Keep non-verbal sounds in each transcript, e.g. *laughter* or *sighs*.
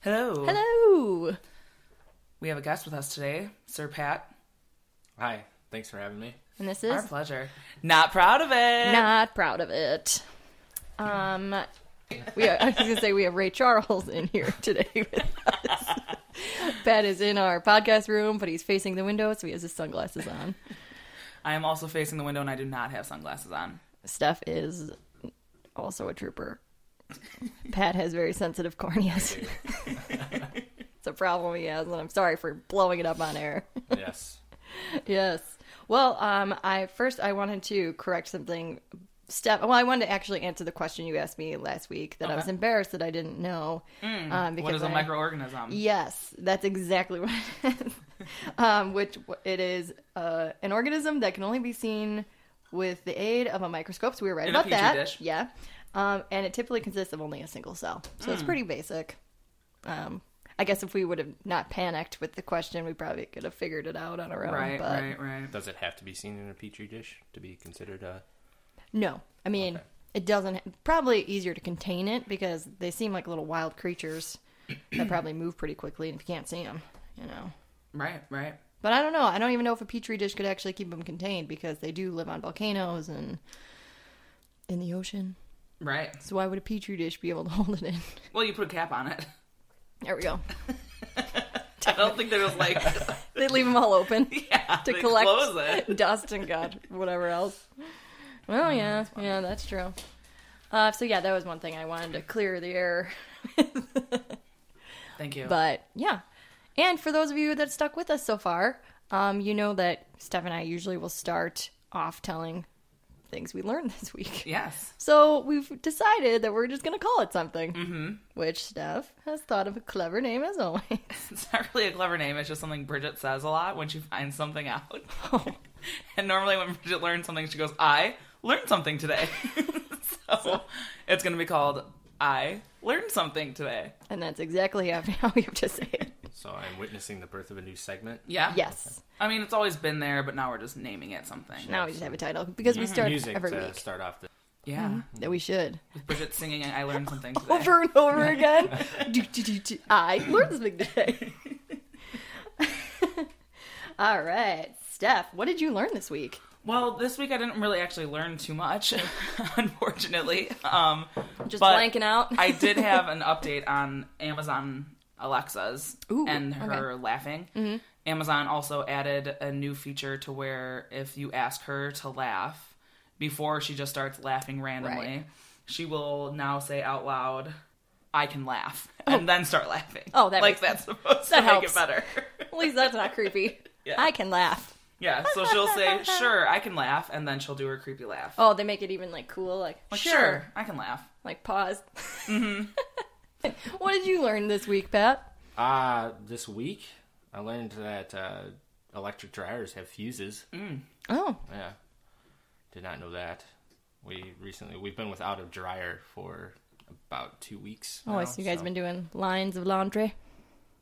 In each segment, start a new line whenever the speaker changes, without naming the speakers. Hello.
Hello.
We have a guest with us today, Sir Pat.
Hi, thanks for having me.
And this
Our
is
pleasure. Not proud of it.
not proud of it. Um, we *laughs* I was gonna say we have Ray Charles in here today with us. *laughs* Pat is in our podcast room, but he's facing the window, so he has his sunglasses on.
I am also facing the window and I do not have sunglasses on.
Steph is also a trooper. Pat has very sensitive corneas. *laughs* it's a problem he has, and I'm sorry for blowing it up on air.
Yes.
yes. Well, um, I first I wanted to correct something. Steph, well, I wanted to actually answer the question you asked me last week that I was embarrassed that I didn't know. um,
Mm. What is a
I-
microorganism?
Yes, that's exactly what it
*laughs*
is. um, which w- it is uh, an organism that can only be seen with the aid of a microscope. So we were right
In a
about
petri
that.
dish.
Yeah. Um, and it typically consists of only a single cell. So
Mm.
it's pretty basic. Um, I guess if we would have not panicked with the question, we probably could have figured it out on our own.
Right,
but
right, right.
Does it have to be seen in a petri dish to be considered a?
No, I mean
Okay.
it doesn't. Probably easier to contain it because they seem like little wild creatures
*clears throat*
that probably move pretty quickly, and if you can't see them, you know.
Right, right.
But I don't know. I don't even know if a petri dish could actually keep them contained because they do live on volcanoes and in the ocean.
Right.
So why would a petri dish be able to *laughs* hold it in?
Well, you put a cap on it. *laughs*
There we go.
I don't think there was *laughs* like
They leave them all open
*laughs* yeah,
to
they
collect
Close it.
*laughs*
Oh,
dust and god whatever else. Well, yeah, yeah, that's true. Uh, so yeah, that was one thing I wanted to clear the air.
Thank you.
But yeah. And for those of you that stuck with us so far, um, you know that Steph and I usually will start off telling things we learned *laughs* this week.
yes.
So we've decided that we're just going to call it something, mm-hmm. which Steph has thought of a clever name as always. *laughs*
It's not really a clever name. It's just something Bridget says a lot when she finds something out. *laughs* and normally when Bridget learns something, she goes, I learned something today. *laughs* so, it's going to be called I learned something today.
and that's exactly how *laughs* how you have to say it. *laughs*
So I'm witnessing the birth of a new segment.
Yeah.
Yes.
I mean, it's always been there, but now we're just naming it something.
Now we just have a title because we start
Music
every
to
week
start off. The...
Yeah.
that we should.
With Bridget singing I learned something today.
over and over again. do, do, do, do. I learned something today. *laughs* All right, Steph, what did you learn this week?
Well, this week I didn't really actually learn too much, *laughs* unfortunately. Um,
Just
But
blanking out.
I did have an update on Amazon Alexa's
Ooh,
and
okay. Mm-hmm.
her laughing. Amazon also added a new feature to where if you ask her to laugh before she just starts laughing randomly,
Right.
she will now say out loud, "I can laugh," and then start laughing.
Oh, *laughs* that
like
makes
that's supposed
That
to make
helps.
it better.
*laughs*
*laughs*
At least that's not creepy.
Yeah.
I can laugh.
yeah, so she'll say, "Sure, I can laugh," and then she'll do her creepy laugh.
Oh, they make it even like cool, like,
Like,
sure.
sure, I can laugh.
Like pause. *laughs* what did you learn this week, Pat?
Uh, this week I learned that uh, electric dryers have fuses.
Oh,
Yeah, did not know that. We recently we've been without a dryer for about two weeks.
oh, I see you guys been doing lines of laundry.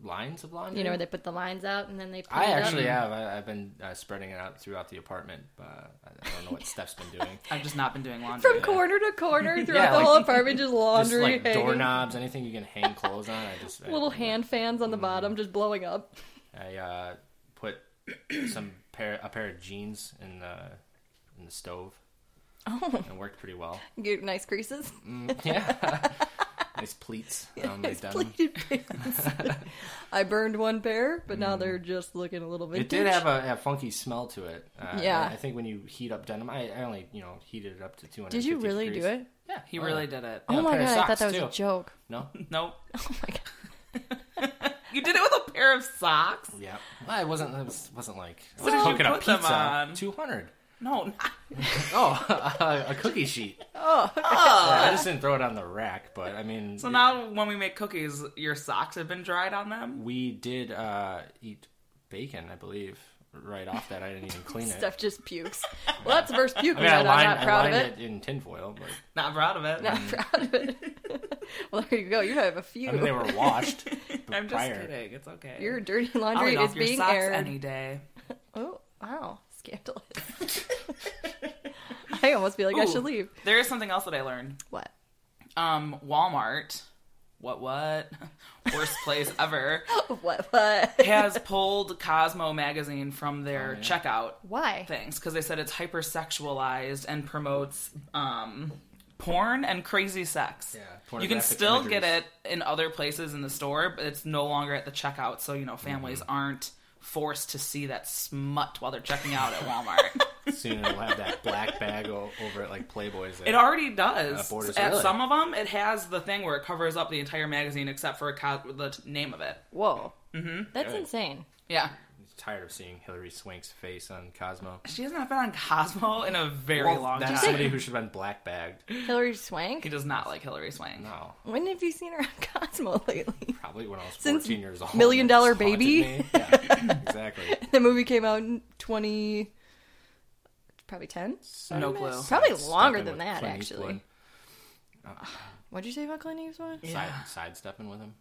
lines of laundry.
You know where they put the lines out and then they. Put
I
it up?
actually have. I, I've been uh, spreading it out throughout the apartment. But I, I don't
*laughs*
know what Steph's been doing.
I've just not been doing laundry.
From corner to
*laughs*
corner throughout
Yeah,
the
like-
whole apartment, just
*laughs* just
laundry
like
hanging.
doorknobs, anything you can hang clothes on. I just I-
*laughs* little hand fans
Mm-hmm.
on the bottom just blowing up.
I uh, put *coughs* some pair a pair of jeans in the in the stove. Oh, it worked
*laughs*
pretty well. *laughs*
Get nice creases.
Yeah, *laughs* nice pleats Um, on
*laughs*
my
Nice
denim.
pleated
*laughs*
pants. I burned one pair, but now they're just looking a little vintage.
Mm-hmm. It did have a, a funky smell to it. Uh,
Yeah.
I think when you heat up denim, I, I only you know heated it up to two hundred.
Did you really do it?
Yeah,
He
Oh,
really
yeah.
did it.
Yeah,
oh
a
my
pair
god,
of
I thought
socks,
that was
too.
a joke.
No.
Nope.
*laughs* Oh my god.
*laughs* You did it with a pair of socks?
Yeah, well, it wasn't. It was,
*laughs*
wasn't like
did
I was
you
cooking a
put them
pizza.
on?
Two hundred.
No. not-
Oh, *laughs* a cookie sheet. Oh, I
Oh.
just didn't throw it on the rack, but I mean,
So now when we make cookies, your socks have been dried on them?
we did uh, eat bacon, I believe, right off that. I didn't even clean it.
Steph just
*laughs*
pukes. Well, that's the first puke.
I mean, I
I'm
lined,
not
I
proud of
lined
it.
it. in tinfoil, but
Not proud of it.
Not proud of it. *laughs* well, there you go. You have a few.
I mean,
*laughs*
they were washed.
*laughs*
but
I'm just
prior.
kidding. It's okay.
Your dirty
I'll
laundry
eat
is
off your
being
socks
aired.
any day.
Oh, wow. Scandalous.
*laughs*
*laughs* I almost feel like I
Ooh,
should leave.
*laughs*
There is something else that I learned.
What?
Um, Walmart what what *laughs* worst place
*laughs*
ever
What? What?
has pulled Cosmo magazine from their
Oh, yeah.
checkout
Why?
things because they said it's hypersexualized and promotes um, porn and crazy sex.
Yeah,
you can
pornographic
still get
imageries.
it in other places in the store, but it's no longer at the checkout, so you know families
Mm-hmm.
aren't forced to see that smut while they're checking out
*laughs*
at Walmart.
Soon it'll have that black bag o- over at like Playboy's. there.
it already
Uh,
does.
borders-
at
Really?
some of them, it has the thing where it covers up the entire magazine except for a co- the t- name of it.
Whoa. Mm-hmm. That's
Good.
insane.
Yeah.
I'm tired of seeing Hillary Swank's face on Cosmo.
She has not been on Cosmo in a very
Well,
long
that's
time.
somebody who should have been black bagged.
Hillary
He *laughs*
Swank?
does not like Hillary Swank.
No,
When have you seen her on *laughs* Cosmo lately?
probably when I was 14
Since
years old.
Million
It just
Dollar
haunted
Baby?
me. Yeah, exactly.
The movie came out in 20. Probably 10?
No clue.
Probably
Sidestepping
longer than
with
that,
Clint
actually.
Eastwood.
What'd you say about Clint Eastwood?
Yeah.
Side, sidestepping with him.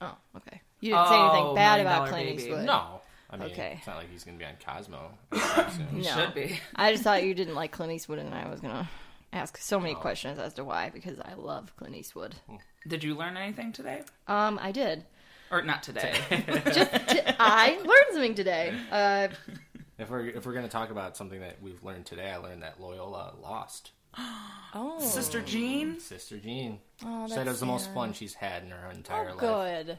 Oh, okay. You didn't say anything
Oh,
bad
Million
about
Dollar
Clint
Baby.
Eastwood.
No, I mean
Okay.
it's not like he's gonna be on Cosmo. anytime soon.
*laughs* No.
Should be.
I just thought you didn't like Clint Eastwood, and I was gonna ask so
Oh.
many questions as to why because I love Clint Eastwood.
Did you learn anything today?
Um, I did.
Or not today.
I *laughs* learned something today. Uh,
If we're if we're gonna talk about something that we've learned today, I learned that Loyola lost
oh,
*laughs* Sister Jean?
Sister Jean.
Oh,
she said
that's
it was the most
sad. Oh,
fun she's had in her entire life.
good.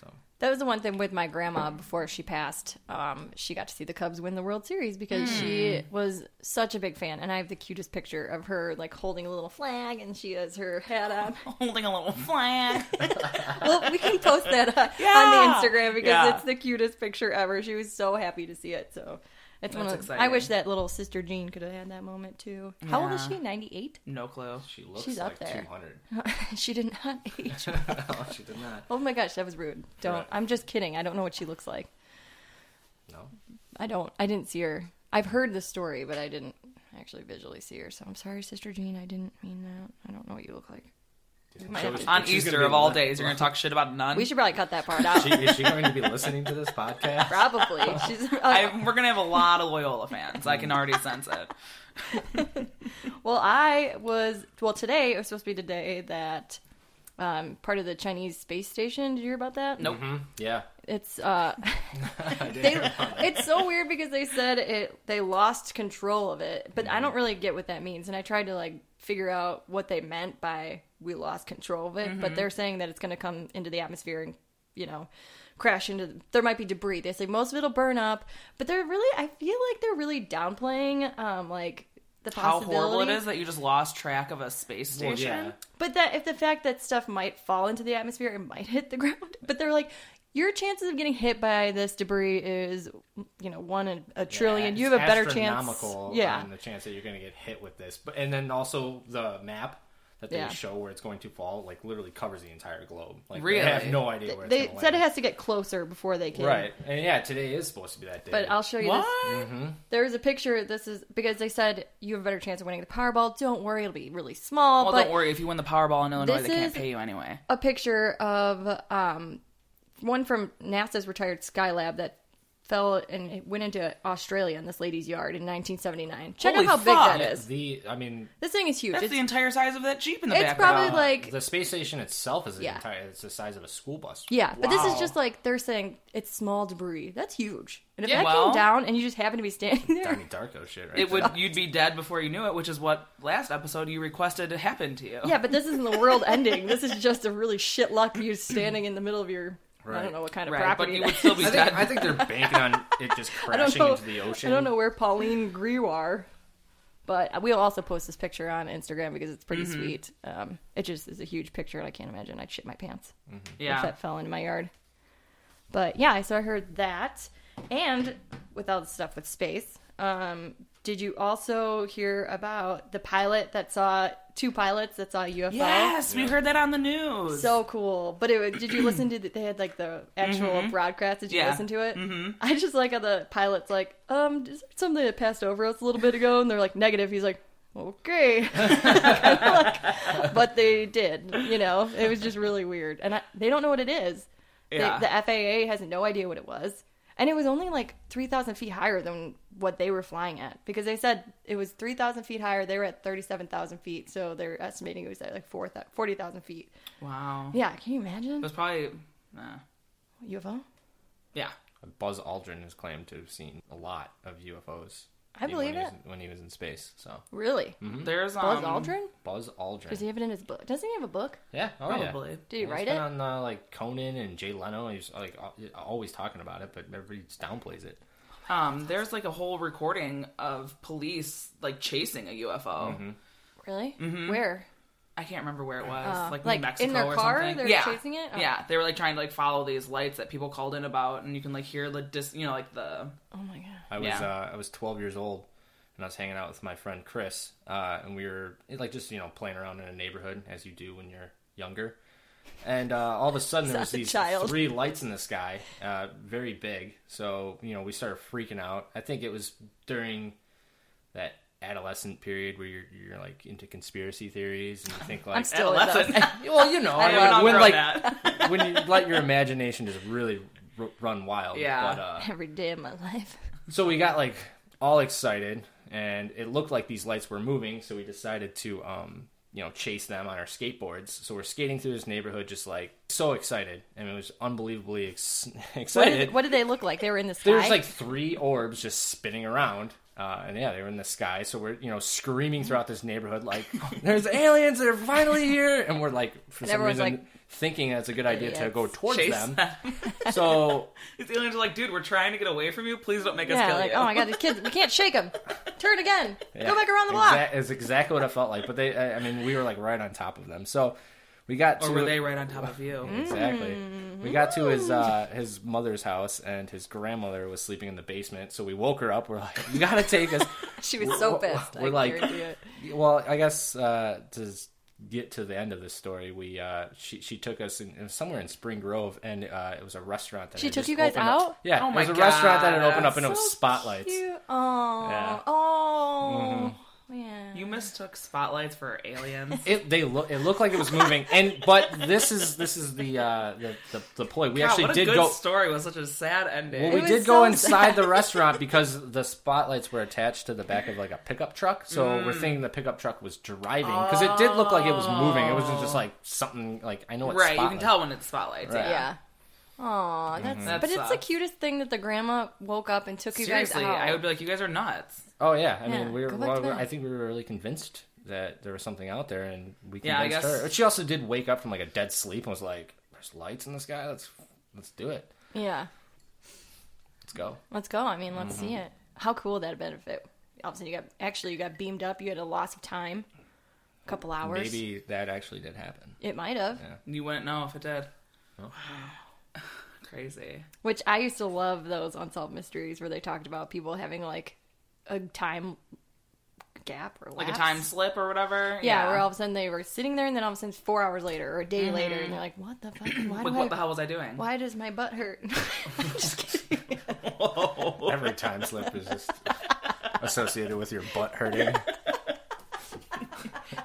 So
That was the one thing with my grandma before she passed. Um, she got to see the Cubs win the World Series because she was such a big fan, and I have the cutest picture of her like holding a little flag, and she has her hat on.
*laughs* Holding a little flag.
well, we can post that uh,
Yeah.
on the Instagram because
Yeah.
it's the cutest picture ever. She was so happy to see it. So it's one
That's
of.
exciting.
I wish that little sister Jean could have had that moment too. How old is
Yeah.
she? Ninety eight.
*laughs* No clue.
she looks
She's up
like
there.
two hundred.
*laughs*
*laughs*
she did not age.
no, she did not.
Oh my gosh, that was rude. Don't.
Right.
I'm just kidding. I don't know what she looks like.
No.
I don't. I didn't see her. I've heard the story, but I didn't actually visually see her. So I'm sorry, Sister Jean. I didn't mean that. I don't know what you look like. might have to-
On
she's gonna
Easter
be
of all
li-
days, you're going to talk shit about a nun.
We should probably cut that part out.
She, is she going to be listening to
*laughs*
this podcast?
Probably. She's. uh,
I,
*laughs*
we're going to have a lot of Loyola fans. I can already sense it.
Well, I was well today. It was supposed to be today that um, part of the Chinese space station. Did you hear about that?
Nope.
Hmm? Yeah.
It's uh,
I did.
*laughs*
they, it's so weird because they said it. They lost control of it, but I
Mm-hmm.
don't really get what that means. And I tried to like figure out what they meant by we lost control of it.
Mm-hmm.
But they're saying that it's going to come into the atmosphere and you know crash into. There might be debris. They say most of it'll burn up, but they're really. I feel like they're really downplaying um like. The
How horrible it
possibility.
is that you just lost track of a space
Well,
station.
yeah.
But that if the fact that stuff might fall into the atmosphere, it might hit the *laughs* ground. But they're like, your chances of getting hit by this debris is, you know, one in a trillion.
Yeah,
you
it's
have a better chance.
astronomical
Yeah.
on the chance that you're going to get hit with this. But and then also the map that they
Yeah.
show where it's going to fall, like literally covers the entire globe. Like
Really?
they have no idea where
They
it's going
said
land.
it has to get closer before they can.
right. And yeah, today is supposed to be that day.
But I'll show you
What?
this. There is a picture. This is because they said you have a better chance of winning the Powerball. Don't worry, it'll be really small.
Well,
but
don't worry. If you win the Powerball in Illinois,
This
they can't
is-
pay you anyway.
a picture of um, one from NASA's retired Skylab that fell and it went into Australia in this lady's yard in 1979. Check
Holy
out how
fuck.
big that is.
the I mean uh,
This thing is huge.
That's
It's,
the entire size of that Jeep in the
it's
back.
probably
row.
like
the space station itself is the
Yeah.
entire it's the size of a school bus.
yeah, but this is
Wow.
just like they're saying it's small debris. That's huge. And if
Yeah,
that
well-
came down and you just happen to be standing
I
there,
mean Darko shit, right?
It
*laughs*
*laughs*
there.
would you'd be dead before you knew it, which is what last episode you requested to happen to you.
yeah, but this isn't the world ending. This is just a really shit luck you standing in the middle of your I
Right.
don't know what kind of
right. But
property.
you
that
would still
*laughs* is.
be
I
dead.
think, I think they're banking on it just
*laughs* I don't
crashing
know.
into the ocean.
I don't know where Pauline Grew are, but we'll also post this picture on Instagram because it's pretty
Mm-hmm.
sweet. Um, it just is a huge picture, and I can't imagine I'd shit my pants if
yeah.
that fell into my yard. But yeah, so I heard that, and with all the stuff with space, um, did you also hear about the pilot that saw two pilots that saw a UFO?
Yes, we heard that on the news.
So cool. But it, was- did you listen to the, they had like the actual broadcast? Did you
Mm-hmm. Yeah.
listen to it? Mm-hmm. I just like how the pilot's like, um, is there something that passed over us a little bit ago? And they're like, negative. He's like,
*laughs*
okay. *laughs* Kinda like- but they did, you know, it was just really weird. And I, they don't know what it is. They-
Yeah.
the FAA has no idea what it was. And it was only like 3,000 feet higher than what they were flying at because they said it was 3,000 feet higher. They were at 37,000 feet. So they're estimating it was at like 4 thou- 40,000 feet.
Wow.
Yeah, can you
It
imagine?
was probably. Nah.
UFO?
Yeah.
Buzz Aldrin has claimed to have seen a lot of UFOs.
I
even
believe
when he
it.
was- when he was in space. So
Really?
Mm-hmm.
There's um,
Buzz Aldrin?
Buzz Aldrin.
Does he have it in his book? Doesn't he have a book?
yeah, oh,
Probably.
Yeah.
Did he
He's
write
been
it?
on uh, like Conan and Jay Leno. He's like al- always talking about it, but everybody just downplays it.
Um, there's like a whole recording of police like chasing a UFO.
Really?
Mm-hmm.
Where?
I can't remember where it was,
Uh,
like,
like, in
New Mexico
their
or
car?
something.
They were
yeah,
chasing it? Oh.
Yeah, they were like trying to like follow these lights that people called in about, and you can like hear the dis, you know, like the
Oh my god.
I was
Yeah.
uh, I was 12 years old, and I was hanging out with my friend Chris, uh, and we were it, like just you know playing around in a neighborhood as you do when you're younger. And uh,
*laughs*
all of a sudden, there was
Sounds a
these
child.
three lights in the sky, uh, very big. So you know, we started freaking out. I think it was during that adolescent period where you're you're like into conspiracy theories and you think
*laughs*
like
I'm still in
adolescent. *laughs*
those.
*laughs* well, you know,
I
I
would not
mean, when
grow
like
that.
when you let your imagination just really r- run wild.
Yeah.
But, uh,
*laughs* Every day of my
*laughs*
life.
so we got like all excited and it looked like these lights were moving so we decided to um you know chase them on our skateboards so we're skating through this neighborhood just like so excited and it was unbelievably ex- *laughs*
What
excited
did, what did they look like? They were in the sky.
there's like three orbs just spinning around uh, and yeah, they were in the sky, so we're you know screaming throughout this neighborhood like, *laughs* "There's aliens! They're finally here!" And we're like, for
And
some
everyone's
reason,
like,
thinking that's a good idea to
"Idiots."
go towards
Chase
them. *laughs* So
*laughs* These aliens are like, dude, we're trying to get away from you. Please don't make us
yeah,
kill
like,
you.
oh my god, these kids, we can't shake
*laughs*
them. Turn again.
Yeah.
Go back around the block.
Exact- It's exactly what I felt like. But they, I I mean, we were like right on top of them. So we got
Or
to
were they right on top of you?
exactly.
Mm-hmm.
We got to his uh, his mother's house, and his grandmother was sleeping in the basement. So we woke her up. We're like, you gotta take us.
She was so
We're-
pissed.
we're
I
like-
guarantee it.
well, I guess uh, to s- get to the end of the story, we uh, she she took us in, it was somewhere in Spring Grove, and uh, it was a restaurant that
She
had
took
just
you guys
opened up-
out?
Yeah,
Oh
it
my
was a restaurant that had
God,
opened up, and it
So
was spotlights.
cute. Oh,
Yeah. Mm-hmm.
oh, yeah.
You mistook spotlights for *laughs* aliens.
It they look it looked like it was moving, and but this is this is the uh, the, the the ploy. We
God,
actually
what a
did
good
go.
story with such a sad ending.
Well,
It
we
was
did go
so *laughs*
inside the restaurant because the spotlights were attached to the back of like a pickup truck, so we're
Mm.
thinking the pickup truck was driving because it did look like it was moving. It wasn't just like something like I know it's
right, you
spotlight.
can tell when it's spotlights.
Right.
yeah. Aw, that's
Mm-hmm.
That
but it's the
sucks.
cutest thing that the grandma woke up and took
Seriously,
you guys oh. out.
I would be like, you guys are nuts.
Oh yeah, I
Yeah,
mean we were.
go back to
well,
bed.
I think we were really convinced that there was something out there, and we
Yeah, I
convinced
guess-
her. She also did wake up from like a dead sleep and was like, "There's lights in the sky. Let's let's do it.
Yeah,
Let's go."
let's go. I mean, let's
Mm-hmm.
see it. How cool would that benefit? Obviously, you got actually you got beamed up. You had a loss of time, a couple hours.
Maybe that actually did happen.
It might have.
You wouldn't know if it did.
No.
*sighs* Crazy.
Which I used to love those unsolved mysteries where they talked about people having like a time gap or
Like a
lapse.
time slip or whatever.
Yeah, where all of a sudden they were sitting there, and then all of a sudden it's four hours later or a day later, and they're like, "What
*clears throat*
the fuck? Why,
Mm-hmm. Like,
do
what
I,
the hell was I doing?
*laughs*
why does my butt hurt?" *laughs* Just kidding.
*laughs* Every time slip is just associated with your butt hurting.
*laughs*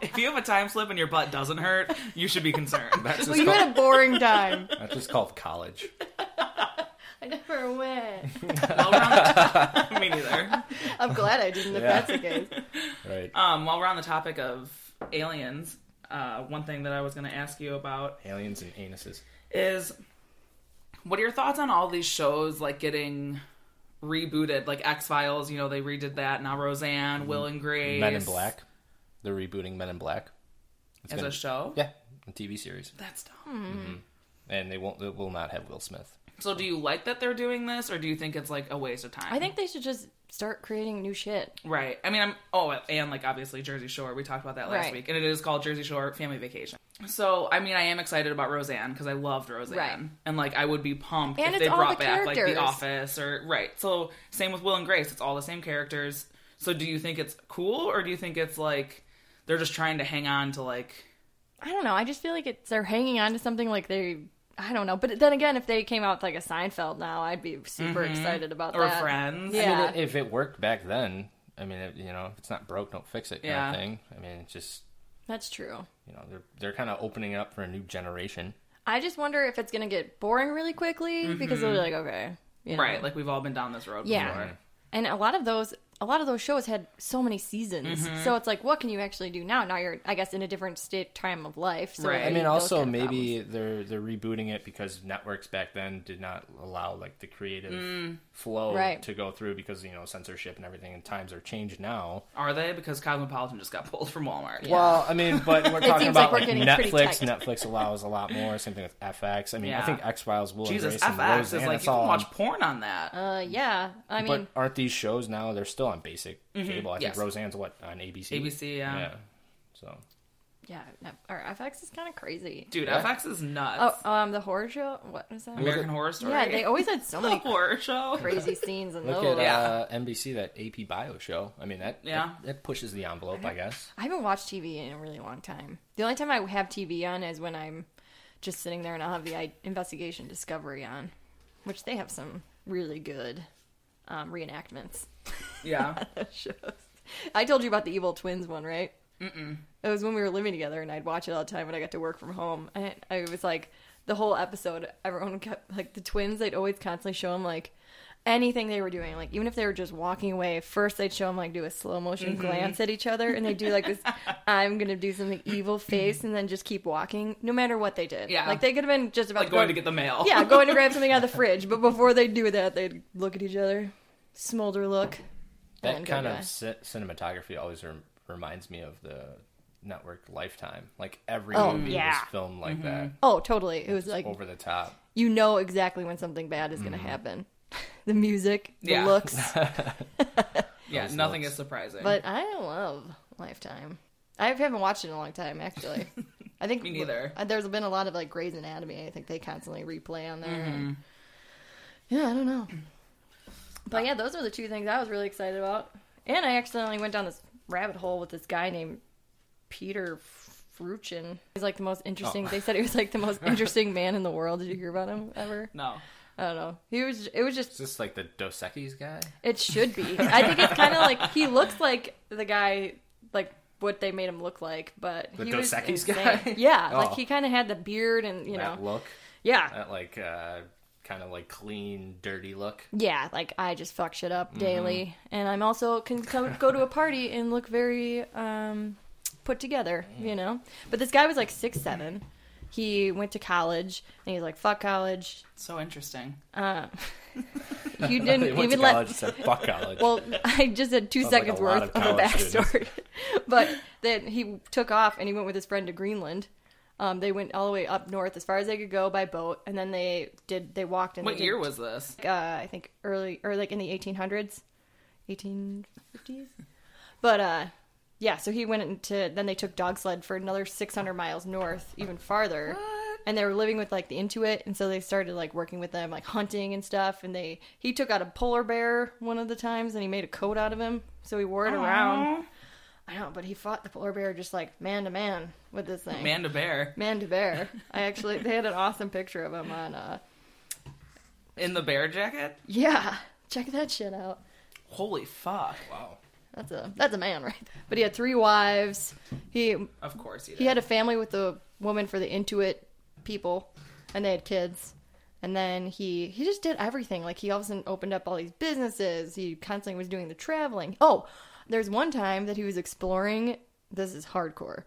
If you have a time slip and your butt doesn't hurt, you should be
*laughs*
concerned.
*laughs* That's
*laughs*
just,
Well, you
called,
had a
*laughs*
boring time.
that's just called college.
I never went.
While we're on the- *laughs* Me neither.
I'm glad I didn't. If
Yeah.
that's the
*laughs*
case,
Right.
Um, while we're on the topic of aliens, uh, one thing that I was going to ask you about
Aliens and anuses.
is what are your thoughts on all these shows like getting rebooted? Like X Files, you know, they redid that. Now Roseanne, Will and Grace,
Mm-hmm. Men in Black. They're rebooting Men in Black. It's
as
gonna-
a show.
Yeah, a TV series,
That's dumb.
and they won't. They will not have Will Smith.
So, do you like that they're doing this, or do you think it's like a waste of time?
I think they should just start creating new shit.
right. I mean, I'm oh, and like obviously Jersey Shore. We talked about that last
Right.
week, and it is called Jersey Shore Family Vacation. So, I mean, I am excited about Roseanne because I loved Roseanne,
Right.
and like I would be pumped
And
if they
it's all
brought
the
back like
characters.
The Office or right. So, same with Will and Grace. It's all the same characters. So, do you think it's cool, or do you think it's like they're just trying to hang on to like?
I don't know. I just feel like it's they're hanging on to something like they. I don't know. But then again, if they came out with like a Seinfeld now, I'd be super excited about
Or
that.
Friends.
Yeah.
I mean, if it worked back then, I mean, it, you know, if it's not broke, don't fix it. Kind
Yeah.
of thing. I mean, it's just
That's true.
you know, they're they're kind of opening up for a new generation.
I just wonder if it's gonna get boring really quickly because they'll be like, okay, you know?
Right. Like we've all been down this road
Yeah.
before.
and a lot of those a lot of those shows had so many seasons so it's like what can you actually do now now you're i guess in a different state time of life so
Right.
I mean,
those
also
kind of problems.
maybe they're they're rebooting it because networks back then did not allow like the creative flow
Right.
to go through because you know censorship and everything and times are changed now.
Are they? Because Cosmopolitan just got pulled from Walmart.
Well, I mean, but we're talking
seems
about
like
like,
we're getting pretty
Netflix.
tight.
Netflix allows a lot more. Same thing with FX. I mean, I
Yeah.
think X Files will
Jesus,
embrace and
FX
Roseanne,
is like
it's
you
all
can
on-
watch porn on that.
uh yeah i mean Mm-hmm.
but aren't these shows now? They're still on basic cable. I
yes.
think Roseanne's what on ABC.
ABC, yeah.
So
yeah no, our fx is kind of crazy
Dude,
Yeah.
FX is nuts.
oh um the horror show what is that
American Horror Story.
yeah
*laughs*
they always had so *laughs* many
horror show.
crazy scenes in
look
those
at
Yeah.
uh, NBC that AP Bio show. I mean, that
Yeah.
that, that pushes the envelope, I guess.
I haven't watched TV in a really long time. The only time I have TV on is when I'm just sitting there and I'll have the I- investigation discovery on, which they have some really good um, reenactments. *laughs*
Yeah.
shows. I told you about the Evil Twins one, right? Mm-mm. It was when we were living together, and I'd watch it all the time when I got to work from home. And I was like, the whole episode, everyone kept like the twins. They'd always constantly show them like anything they were doing, like even if they were just walking away. First, they'd show them like do a slow motion
Mm-hmm.
glance at each other, and they do like
*laughs*
this, "I'm gonna do something evil" face, and then just keep walking, no matter what they did.
Yeah.
like they could have been just about
like
to
going
go-
to get the
*laughs*
mail. *laughs*
yeah, going to grab something out of the fridge. But before they do that, they'd look at each other, smolder look.
That
and go
kind
die.
of ci- cinematography always rem- reminds me of the network Lifetime. Like every
Oh,
movie
yeah.
was filmed like that,
Oh, totally. It was like
over Mm-hmm. the top.
you know exactly when something bad is going to happen. *laughs* The music, the
Yeah.
*laughs*
looks.
Yeah,
Those
nothing
looks.
is surprising.
But I love Lifetime. I haven't watched it in a long
*laughs*
time, actually. I think
Me neither.
uh, There's been a lot of like Grey's Anatomy. I think they constantly replay on there.
Mm-hmm.
and- yeah, I don't know. But yeah, those are the two things I was really excited about. And I accidentally went down this rabbit hole with this guy named Peter Fruchin. He's like the most interesting.
Oh.
They said he was like
*laughs*
the most interesting man in the world. Did you hear about him ever?
no.
I don't know. He was. It was just
Is this like the Dos Equis guy?
it should be. I think it's kind of like he looks like the guy, like what they made him look like, but
The
he
Dos
was
Equis
insane.
guy?
*laughs* Yeah,
Oh.
like he kind of had the beard and you know,
that look,
yeah,
that like uh, kind of like clean, dirty look. *laughs*
yeah. Like I just fuck shit up
Mm-hmm.
daily, and I'm also can come, go to a party and look very um, put together,
Mm.
you know. But this guy was like six seven. He went to college and he's like, "Fuck college."
So interesting.
Uh,
*laughs*
you
He
didn't
went
even
to
let
college, said, "Fuck college."
*laughs* Well, I just had two
Sounds like
seconds
a lot
worth
of
of, the
college students.
backstory. *laughs* but then he took off and he went with his friend to Greenland. Um, they went all the way up north as far as they could go by boat, and then they did. They walked. And
What
they
year
did,
was this?
Uh, I think early or like in the 1800s, 1850s. but uh, yeah, so he went into. Then they took dog sled for another 600 miles north, even farther and they were living with like the Inuit, and so they started like working with them, like hunting and stuff. And they he took out a polar bear one of the times, and he made a coat out of him, so he wore it around. I know, but he fought the polar bear just like man to man with this thing, man,
Man to bear.
to bear. I actually they had an awesome picture of him on. uh
In the bear jacket?
Yeah, check that shit out.
Holy fuck.
wow.
That's a that's a man right there. But he had three wives. He
Of course he did.
he had a family with the woman for the Intuit people, and they had kids. And then he he just did everything. Like he all of a sudden opened up all these businesses. He constantly was doing the traveling. Oh, there's one time that he was exploring. This is hardcore.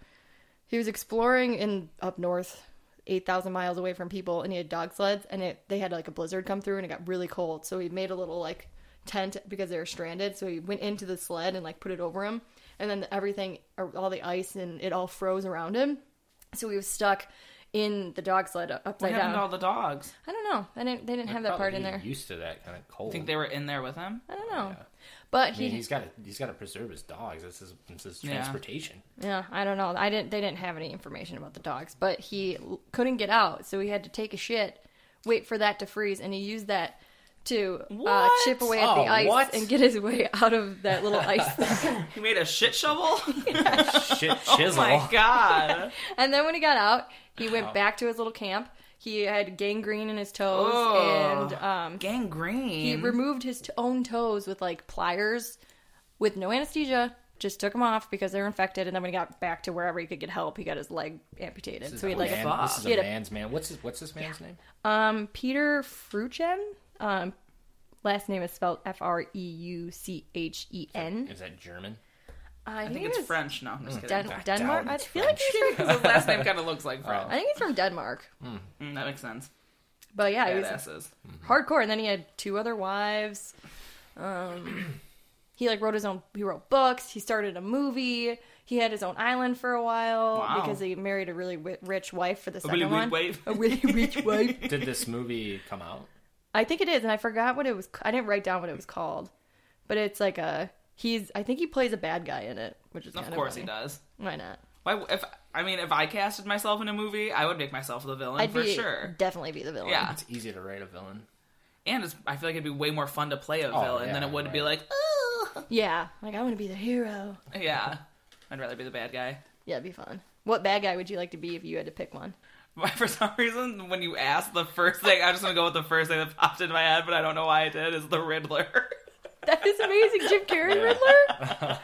He was exploring in up north, eight thousand miles away from people, and he had dog sleds. And it they had like a blizzard come through, and it got really cold. So he made a little like tent because they were stranded. So he went into the sled and like put it over him, and then everything, or all the ice and it all froze around him. So he was stuck in the dog sled upside
what happened
down.
to all the dogs?
I don't know. I didn't. They didn't have that part in
Probably
there.
Used to that kind of cold.
I think they were in there with him.
I don't know.
Yeah.
But
I
he,
mean, he's got to he's got to preserve his dogs. This is this is
Yeah.
transportation.
yeah, I don't know. I didn't. They didn't have any information about the dogs. But he l- couldn't get out, so he had to take a shit, wait for that to freeze, and he used that to uh,
What?
chip away at the
Oh,
ice
what?
and get his way *laughs* out of that little ice. thing.
He made a shit shovel? *laughs*
Shit
*laughs* oh
chisel.
my
*laughs*
god.
and then when he got out, he went back to his little camp. He had gangrene in his toes,
Oh.
and um, He
Gangrene.
removed his t- own toes with like pliers with no anesthesia. Just took them off because they were infected, and then when he got back to wherever he could get help, he got his leg amputated. So he had like
man,
a,
this is
he
a
had a-
man's man. What's his, what's this man's name?
um Peter Fruchen, um Last name is spelled F R E U C H E N.
Is that German?
I
I think
think it's
it's
French. No, I'm just kidding.
Den-
I doubt
Denmark. I
it's
feel like he's *laughs* from,
*laughs* His last name kind of looks
Oh.
like French.
I think he's from Denmark.
Mm, that makes sense.
But yeah, he was
Badasses.
hardcore. And then he had two other wives. Um, *clears throat* he like wrote his own. He wrote books. He started a movie. He had his own island for a while
Wow.
because he married a really wi- rich wife for the second
Oh, really rich
one. *laughs*
wife.
A really
*laughs*
rich wife.
Did this movie come out?
I think it is, and I forgot what it was. I didn't write down what it was called, but it's like a he's. I think he plays a bad guy in it, which is
Of
kinda
course he
funny.
does.
Why not?
Why? If I mean, if I casted myself in a movie, I would make myself the villain
I'd
for
be
sure.
definitely be the villain.
Yeah.
It's easy to write
*laughs*
a villain.
And it's, I feel like it'd be way more fun to play a villain than
Oh, yeah,
it would to be
right.
like, oh,
yeah. Like I want to be the hero.
yeah. I'd rather be the bad guy. *laughs*
Yeah, it'd be fun. What bad guy would you like to be if you had to pick one? *laughs*
But For some reason, when you asked the first thing, I'm just gonna go with the first thing that popped into my head, but I don't know why I did. Is the Riddler?
That is amazing, Jim Carrey Riddler.
Uh,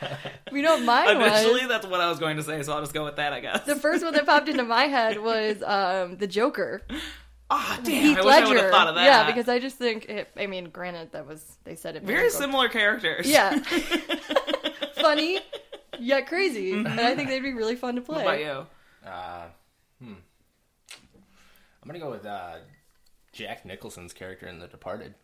We know what mine
*laughs*
was.
Initially, that's what I was going to say, so I'll just go with that, I guess.
The first one that popped into my head was um, the Joker.
Ah, damn!
Heath
I wish I would
Ledger.
have thought of that.
Yeah, because I just think it, I mean, granted, that was they said it
very
years ago.
similar characters. *laughs*
Yeah. Funny, yet crazy. And
*laughs*
I think they'd be really fun to play.
What about you?
Uh, hmm. I'm gonna go with uh, Jack Nicholson's character in The Departed.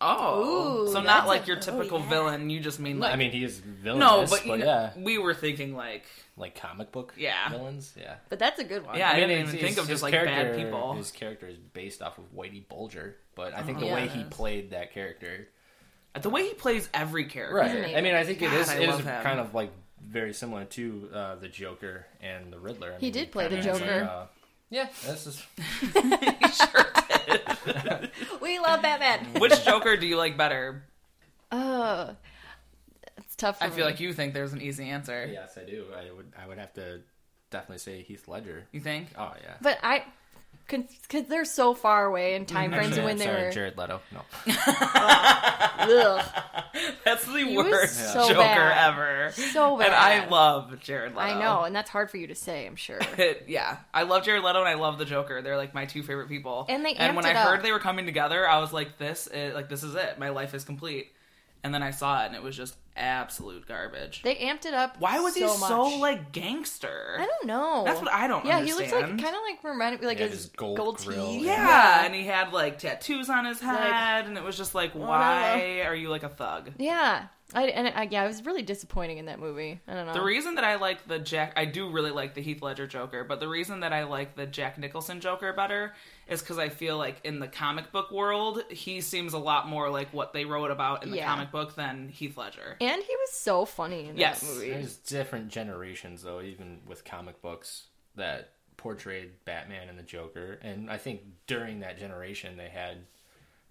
Oh,
Ooh,
so
that's
not
a-
like your
oh,
typical
yeah.
villain. You just mean like
I mean, he is
no,
villainous,
but, you know,
yeah,
we were thinking like
like comic book
Yeah.
villains, yeah.
But that's a good one.
Yeah. I didn't
it's-
even think
his-
of
his
just, like, bad
character-
people.
His character is based off of Whitey Bulger, but I think
Oh.
the way he
Yes.
played that character,
the way he plays every character. *laughs*
amazing.
I mean, I think it
God,
is
I
it is
love him.
kind of like very similar to uh, the Joker and the Riddler. I mean,
did play the
kinda has, like,
Joker.
uh, yeah, this is *laughs*
We love Batman. *laughs*
Which Joker do you like better?
Oh. It's tough for
I feel like you think there's an easy answer.
yes, I do. I would I would have to definitely say Heath Ledger.
You think?
Oh yeah.
But I. Because they're so far away in
Mm,
time frames
Actually,
when
I'm
they
sorry,
were.
Jared Leto. No.
Ugh,
That's the
was
worst
so
Joker
bad.
ever.
so
*laughs*
bad.
And I love Jared Leto.
I know, and that's hard for you to say,
*laughs*
I'm sure.
It- yeah, I love Jared Leto and I love the Joker. They're like my two favorite people.
And they
and when
amped
I
it
heard
up.
they were coming together, I was like, "This, is, like, this is it. My life is complete." And then I saw it, and it was just absolute garbage.
They amped it up.
Why was
so
he so
much.
like gangster?
I don't know.
That's what I don't
Yeah, he looks like
understand.
kind of like reminded me like
Yeah,
his
his gold
gold
grill.
teeth.
Yeah,
Yeah.
and he had like tattoos on his head, and it was just like,
no.
why are you like a thug?
Yeah. I, and I, yeah, it was really disappointing in that movie. I don't know.
Uh-huh.
The reason that I like the Jack, I do really like the Heath Ledger Joker, but the reason that I like the Jack Nicholson Joker better is because I feel like in the comic book world, he seems a lot more like what they wrote about in the
Yeah.
comic book than Heath Ledger.
and he was so funny in
Yes.
that movie.
There's different generations, though, even with comic books that portrayed Batman and the Joker. And I think during that generation, they had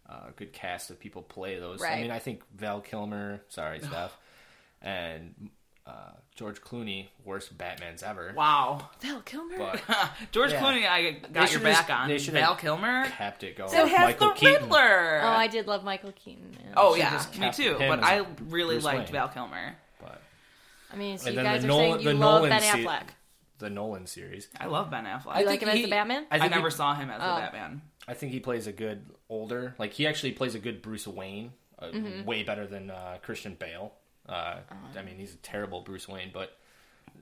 uh, a good cast of people play those.
Right.
I mean, I think Val Kilmer, sorry, Steph,
*sighs*
and uh, George Clooney, worst Batmans ever.
Wow,
Val
*laughs*
Kilmer.
But
George
Yeah.
Clooney, I got your
should've-
back on
they should've-
Val Kilmer.
kept it going.
It
with
has
Michael
the
Keaton.
Riddler.
oh, I did love Michael Keaton. Man.
Oh,
She
yeah,
just
me
kept
too.
him
But
as
I really
Bruce
liked
Wayne.
Val Kilmer.
But
I mean, so
And
you
then the
guys are
Nolan-
saying you
the
love
Nolan
Ben
se-
Affleck.
the Nolan series,
I love Ben Affleck.
I
You
think
like him as
he-
the Batman?
I,
I think
never
he-
saw him as
Oh.
the Batman.
I think he plays a good older. Like he actually plays a good Bruce Wayne, uh,
Mm-hmm.
way better than uh, Christian Bale. Uh,
Uh-huh.
I mean, he's a terrible Bruce Wayne, but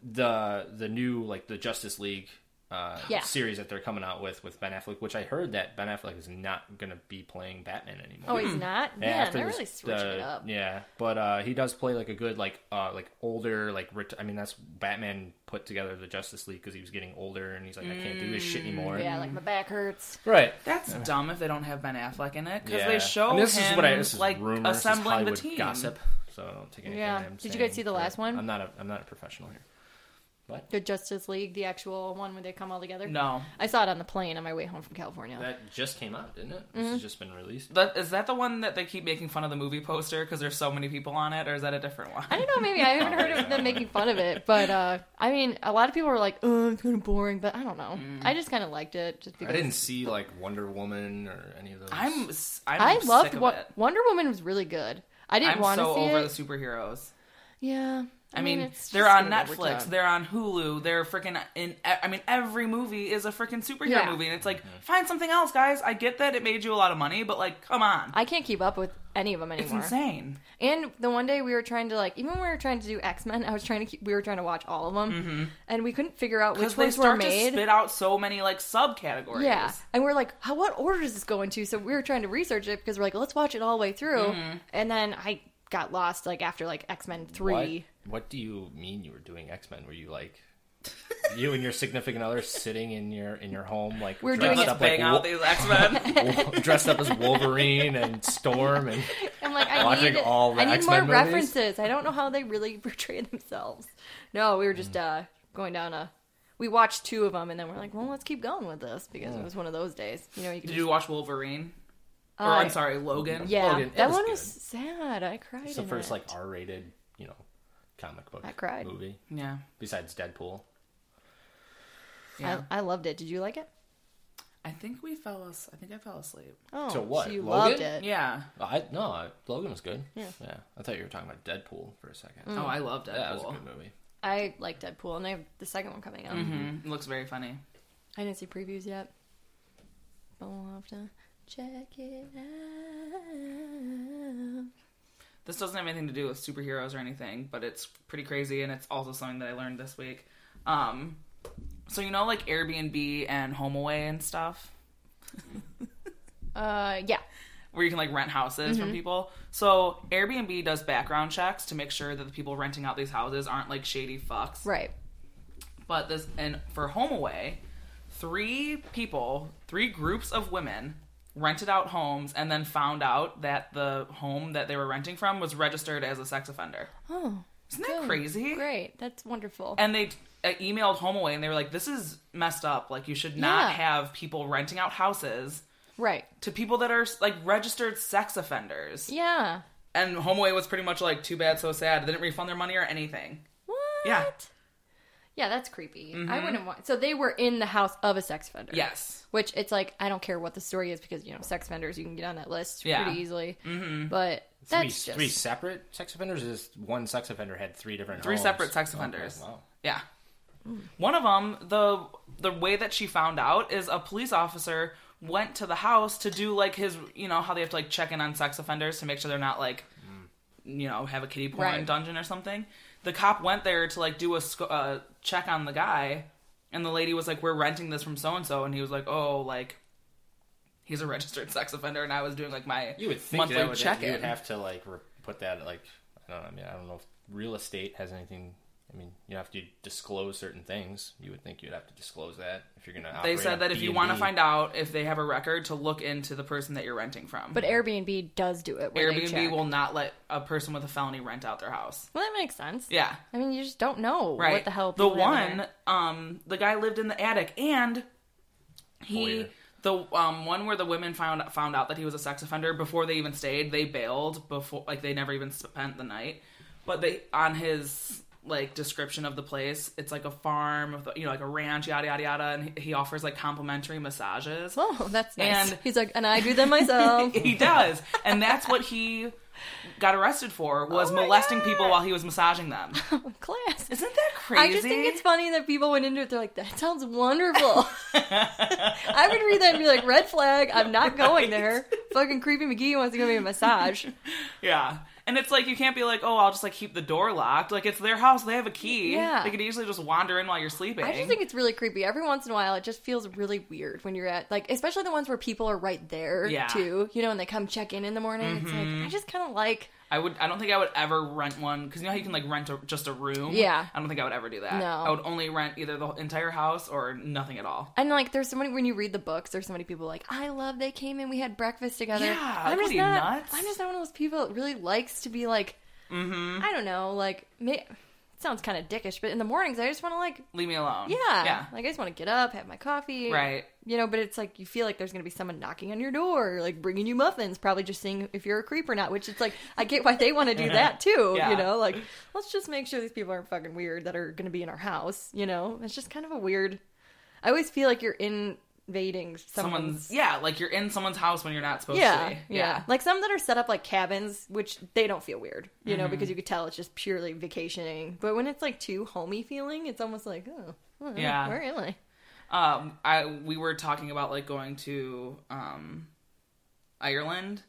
the the new like the Justice League uh,
Yeah.
series that they're coming out with with Ben Affleck, which I heard that Ben Affleck is not going to be playing Batman anymore.
oh, he's not.
Yeah,
Man,
after
I
this-
really switched
the-
it up.
Yeah, but uh, he does play like a good like uh, like older like ret- I mean that's Batman put together the Justice League because he was getting older and he's like I can't do this shit anymore.
Mm, Yeah, like my back hurts.
Right.
That's dumb if they don't have Ben Affleck in it because
Yeah.
they show
And this
him
is what I, this is
like
rumor. This is
assembling the
Hollywood
team.
Gossip. So don't take anything.
Yeah.
I'm
Did you
saying,
guys see the
but
last one?
I'm not a I'm not a professional here.
The Justice League, the actual one where they come all together.
No,
I saw it on the plane on my way home from California.
That just came out, didn't it?
Mm-hmm.
This has just been released.
that, is that the one that they keep making fun of the movie poster because there's so many people on it, or is that a different one?
I don't know. Maybe I haven't heard of them making fun of it, but uh, I mean, a lot of people were like, "Oh, it's kind of boring," but I don't know.
Mm.
I just kind of liked it. Just
I
because
didn't see like Wonder Woman or any of those.
*laughs* I'm s- I'm
I
sick
loved
of
Wo-
it.
Wonder Woman was really good. I didn't
I'm
want to
so
see
over
it.
the superheroes.
Yeah,
I,
I mean,
mean,
it's
they're
just
on
gonna go over
Netflix,
time.
they're on Hulu, they're freaking in. e, I mean, every movie is a freaking superhero
Yeah.
movie, and it's like,
Mm-hmm.
find something else, guys. I get that it made you a lot of money, but like, come on,
I can't keep up with any of them
it's
anymore.
insane.
And the one day we were trying to like, even when we were trying to do X Men, I was trying to keep, we were trying to watch all of them, and we couldn't figure out
Because
which
they
ones were
start to
made.
spit out so many like subcategories.
Yeah, and we're like, how, what order does this go into? So we were trying to research it because we're like, let's watch it all the way through. And then I got lost like after like X Men three.
What, what do you mean you were doing X Men? Were you like you and your significant other sitting in your in your home like
We're
dressed
doing it-
Let's
up
bang
like
out
Wo-
these X
*laughs*
*laughs*
Men.
Wo- dressed up as Wolverine and Storm and
I'm like, I
Watching
need,
all the
I need
X-Men
more
movies?
references. I don't know how they really *laughs* portray themselves. No, we were just uh, going down a. We watched two of them, and then we're like, well, let's keep going with this because it was one of those days. You know, you can
Did
just,
you watch Wolverine? Or
Uh,
I'm sorry, Logan.
yeah,
Logan, it
that
was
one
good.
was sad. I cried.
it's the
in
first
it.
like R rated you know comic book
I cried.
movie
yeah,
besides Deadpool.
yeah.
I, I loved it. Did you like it?
I think we fell. As- I think I fell asleep.
Oh,
To what,
so you
Logan?
loved it.
Yeah.
I no, I- Logan was good.
Yeah. Mm.
yeah. I thought you were talking about Deadpool for a second.
Oh, I love
Yeah, that was a
Deadpool.
good movie.
I like Deadpool, and they have the second one coming out.
Mm-hmm.
Mhm. Looks very funny.
I didn't see previews yet, but we'll have to check it out.
This doesn't have anything to do with superheroes or anything, but it's pretty crazy, and it's also something that I learned this week. Um, so you know, like Airbnb and HomeAway and stuff,
Uh, yeah.
where you can like rent houses
Mm-hmm.
from people. So Airbnb does background checks to make sure that the people renting out these houses aren't like shady fucks.
Right.
But this and for HomeAway, three people, three groups of women rented out homes and then found out that the home that they were renting from was registered as a sex offender.
Oh,
Isn't that
good.
crazy?
Great. That's wonderful.
and they uh, emailed HomeAway and they were like, "This is messed up. Like, you should not
Yeah.
have people renting out houses
right.
to people that are like registered sex offenders."
Yeah.
And HomeAway was pretty much like, "Too bad, so sad." They didn't refund their money or anything.
What?
Yeah.
Yeah, that's creepy. I
Mm-hmm.
wouldn't want. So they were in the house of a sex offender.
Yes,
Which it's like I don't care what the story is because you know sex offenders you can get on that list
Yeah.
pretty easily. Mm-hmm. But
Three,
that's just
three separate sex offenders. or Is one sex offender had three different
three
homes?
separate sex
Okay,
offenders.
wow.
Yeah, one of them the the way that she found out is a police officer went to the house to do like his you know how they have to like check in on sex offenders to make sure they're not like
Hmm.
you know have a kiddie porn
Right.
dungeon or something the cop went there to like do a sc- uh, check on the guy and the lady was like we're renting this from so and so and he was like oh like he's a registered sex offender and i was doing like my
You would think
monthly
that would, you
check-in
would have to like re- put that like I don't know. I mean, I don't know if real estate has anything. I mean, you have to disclose certain things. You would think you'd have to disclose that if you're going to.
they said that if you want to find out if they have a record to look into the person that you're renting from
But Airbnb does do it. When they
airbnb
check.
will not let a person with a felony rent out their house
Well, that makes sense.
yeah
I mean, you just don't know
right
what the hell.
the
people have in
one
there.
um the guy lived in the attic and he
Voyeur.
the um one where the women found found out that he was a sex offender before they even stayed they bailed before like they never even spent the night but they on his like description of the place it's like a farm with you know like a ranch yada yada yada and he- he offers like complimentary massages
Oh, that's nice.
And-
He's like, and I do
*laughs*
them myself. *laughs*
he does and that's what he got arrested for was
Oh my
molesting
God.
people while he was massaging them
Class.
isn't *laughs* that crazy
I just think it's funny that people went into it. They're like, that sounds
*laughs*
wonderful. I would read that and be like, red flag. I'm not
*laughs*
going there. Fucking creepy McGee wants to give me a massage.
Yeah. And it's like you can't be like, oh, I'll just like keep the door locked. Like it's their house; they have a key.
Yeah.
they could easily just wander in while you're sleeping.
I just think it's really creepy. Every once in a while, it just feels really weird when you're at like, especially the ones where people are right there
Yeah. Mm-hmm.
too. You know, and they come check in in the morning. It's like I just kind of like
I would. I don't think I would ever rent one because you know how you can like rent a, just a room.
Yeah.
I don't think I would ever do that.
No.
I would only rent either the entire house or nothing at all.
And like, there's so many when you read the books, there's so many people like, I love they came in, we had breakfast together.
Yeah, like,
I'm
what
just
are you,
not.
nuts?
I'm just not one of those people that really likes to be like.
Mm-hmm.
I don't know. Like, ma- it sounds kind of dickish, but in the mornings, I just want to like,
Leave me alone.
yeah,
yeah,
Like, I just want to get up, have my coffee,
right.
You know, but it's like you feel like there's gonna be someone knocking on your door, like bringing you muffins, probably just seeing if you're a creep or not. Which it's like I get why they want to
*laughs*
do that too.
Yeah.
You know, like let's just make sure these people aren't fucking weird that are gonna be in our house. You know, it's just kind of a weird. I always feel like you're in invading someone's.
someone's yeah, like you're in someone's house when you're not supposed
yeah,
to
yeah,
be.
Like some that are set up like cabins, which they don't feel weird, you
Mm-hmm.
know, because you could tell it's just purely vacationing. But when it's like too homey feeling, it's almost like, oh, well,
Yeah.
where am I?
Um, I we were talking about like going to um, Ireland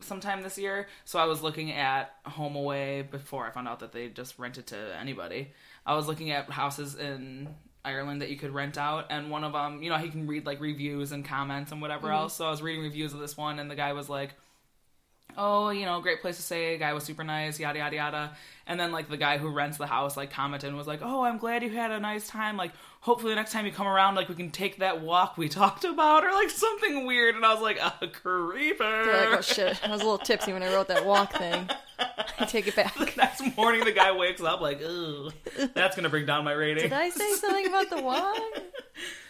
sometime this year. So I was looking at home away before I found out that they just rented to anybody. I was looking at houses in Ireland that you could rent out, and one of them, you know, he can read like reviews and comments and whatever
Mm-hmm.
else. So I was reading reviews of this one, and the guy was like. Oh, you know, great place to stay. Guy was super nice, yada yada yada. And then like the guy who rents the house like commented and was like, "Oh, I'm glad you had a nice time. Like, hopefully next time you come around, like we can take that walk we *laughs* talked about, or like something weird." And I was like, "A creeper." *laughs*
They're like, oh shit, I was a little tipsy when I wrote that walk thing. I take
*laughs*
it back. *laughs*
Next morning, the guy wakes up like, ooh, that's gonna bring down my rating.
Did
*laughs*
I say something about the walk?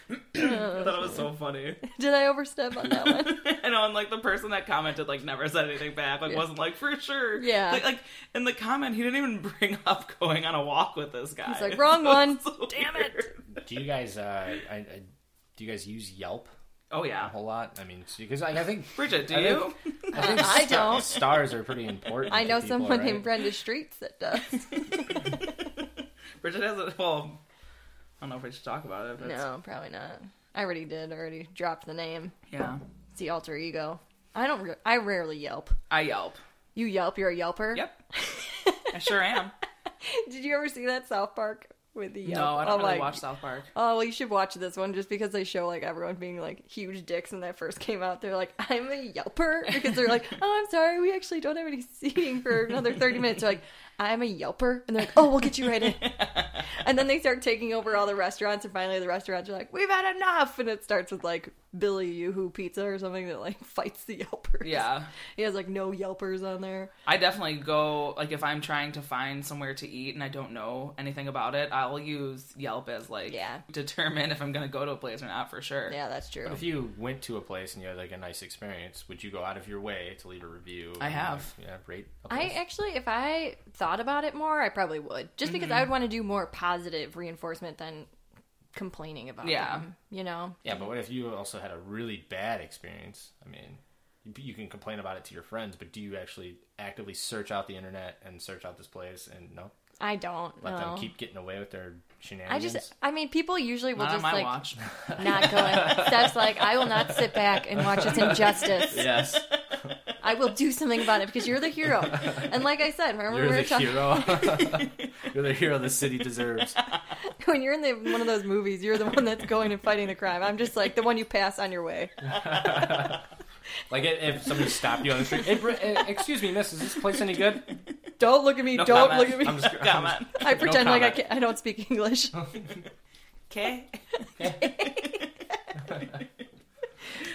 I thought it was so funny.
Did I overstep
*laughs*
on *laughs* that one?
I know, and like the person that commented like never said anything back. Like wasn't like for sure.
Yeah.
Like, like in the comment, he didn't even bring *laughs* up going on a walk with this guy.
He's
*laughs*
like, wrong one.
Damn it.
Do you guys, uh, I, I, do you guys use Yelp
Oh
a
yeah,
whole lot? I mean, because I, I think
Bridget, do
I
you?
I, think
I
sta-
don't.
Stars are pretty important.
I
to
know
people,
someone
right?
named Brenda Streets that does.
*laughs* Bridget has a well. I don't know if we should talk about it. But it's-
no, probably not. I already did. Already dropped the name.
Yeah.
It's the alter ego. I don't. Re- I rarely Yelp.
I Yelp.
You Yelp. You're a Yelper.
Yep. I sure am.
*laughs* Did you ever see that South Park with the *laughs* Yelp?
No, I don't
oh,
really
my-
watch South Park.
Oh well, you should watch this one just because they show like everyone being like huge dicks when that first came out. They're like, "I'm a Yelper" because they're like, "Oh, I'm sorry, we actually don't have any seating for another 30 minutes." They're like, "I'm a Yelper," and they're like, "Oh, we'll get you right in." and then they start taking over all the restaurants, and finally the restaurants are like, "We've had enough," and it starts with like Billy Yoo-Hoo Pizza or something that like fights the Yelpers.
Yeah.
he has like no Yelpers on there.
I definitely go like if I'm trying to find somewhere to eat and I don't know anything about it, I'll use Yelp as like
Yeah.
determine if I'm gonna go to a place or not for sure.
Yeah, that's true.
If you went to a place and you had like a nice experience, would you go out of your way to leave a review?
I
and,
have.
Like, yeah, rate. a
I
place?
actually, if I thought about it more, I probably would. Just because
Mm-hmm.
I would want to do more positive reinforcement than complaining about
Yeah.
them. You know?
yeah, but what if you also had a really bad experience? I mean, you- you can complain about it to your friends, but do you actually actively search out the internet and search out this place and no,
I don't
let
know.
them keep getting away with their
I *laughs*
shenanigans?
just, I mean, people usually will
Not on
just
my
like
watch.
*laughs* not go.
*laughs*
Steph's like, I will not sit back and watch this injustice.
yes,
I will do something about it because you're the hero. And like I said, remember
you're
we
the
were talking
hero. *laughs* you're the hero the city deserves.
*laughs* when you're in the, one of those movies, you're the one that's going and fighting the crime. I'm just like the one you pass on your way.
*laughs* Like i- if somebody stopped you on the street, "Hey, Bri- eh, excuse me, miss, is this place any good?
Don't look at me.
No
don't
comment.
look at
*laughs*
me.
I'm just, I'm
Comment.
just- *laughs*
I pretend like I
comment.
can't, I don't speak English.
Okay.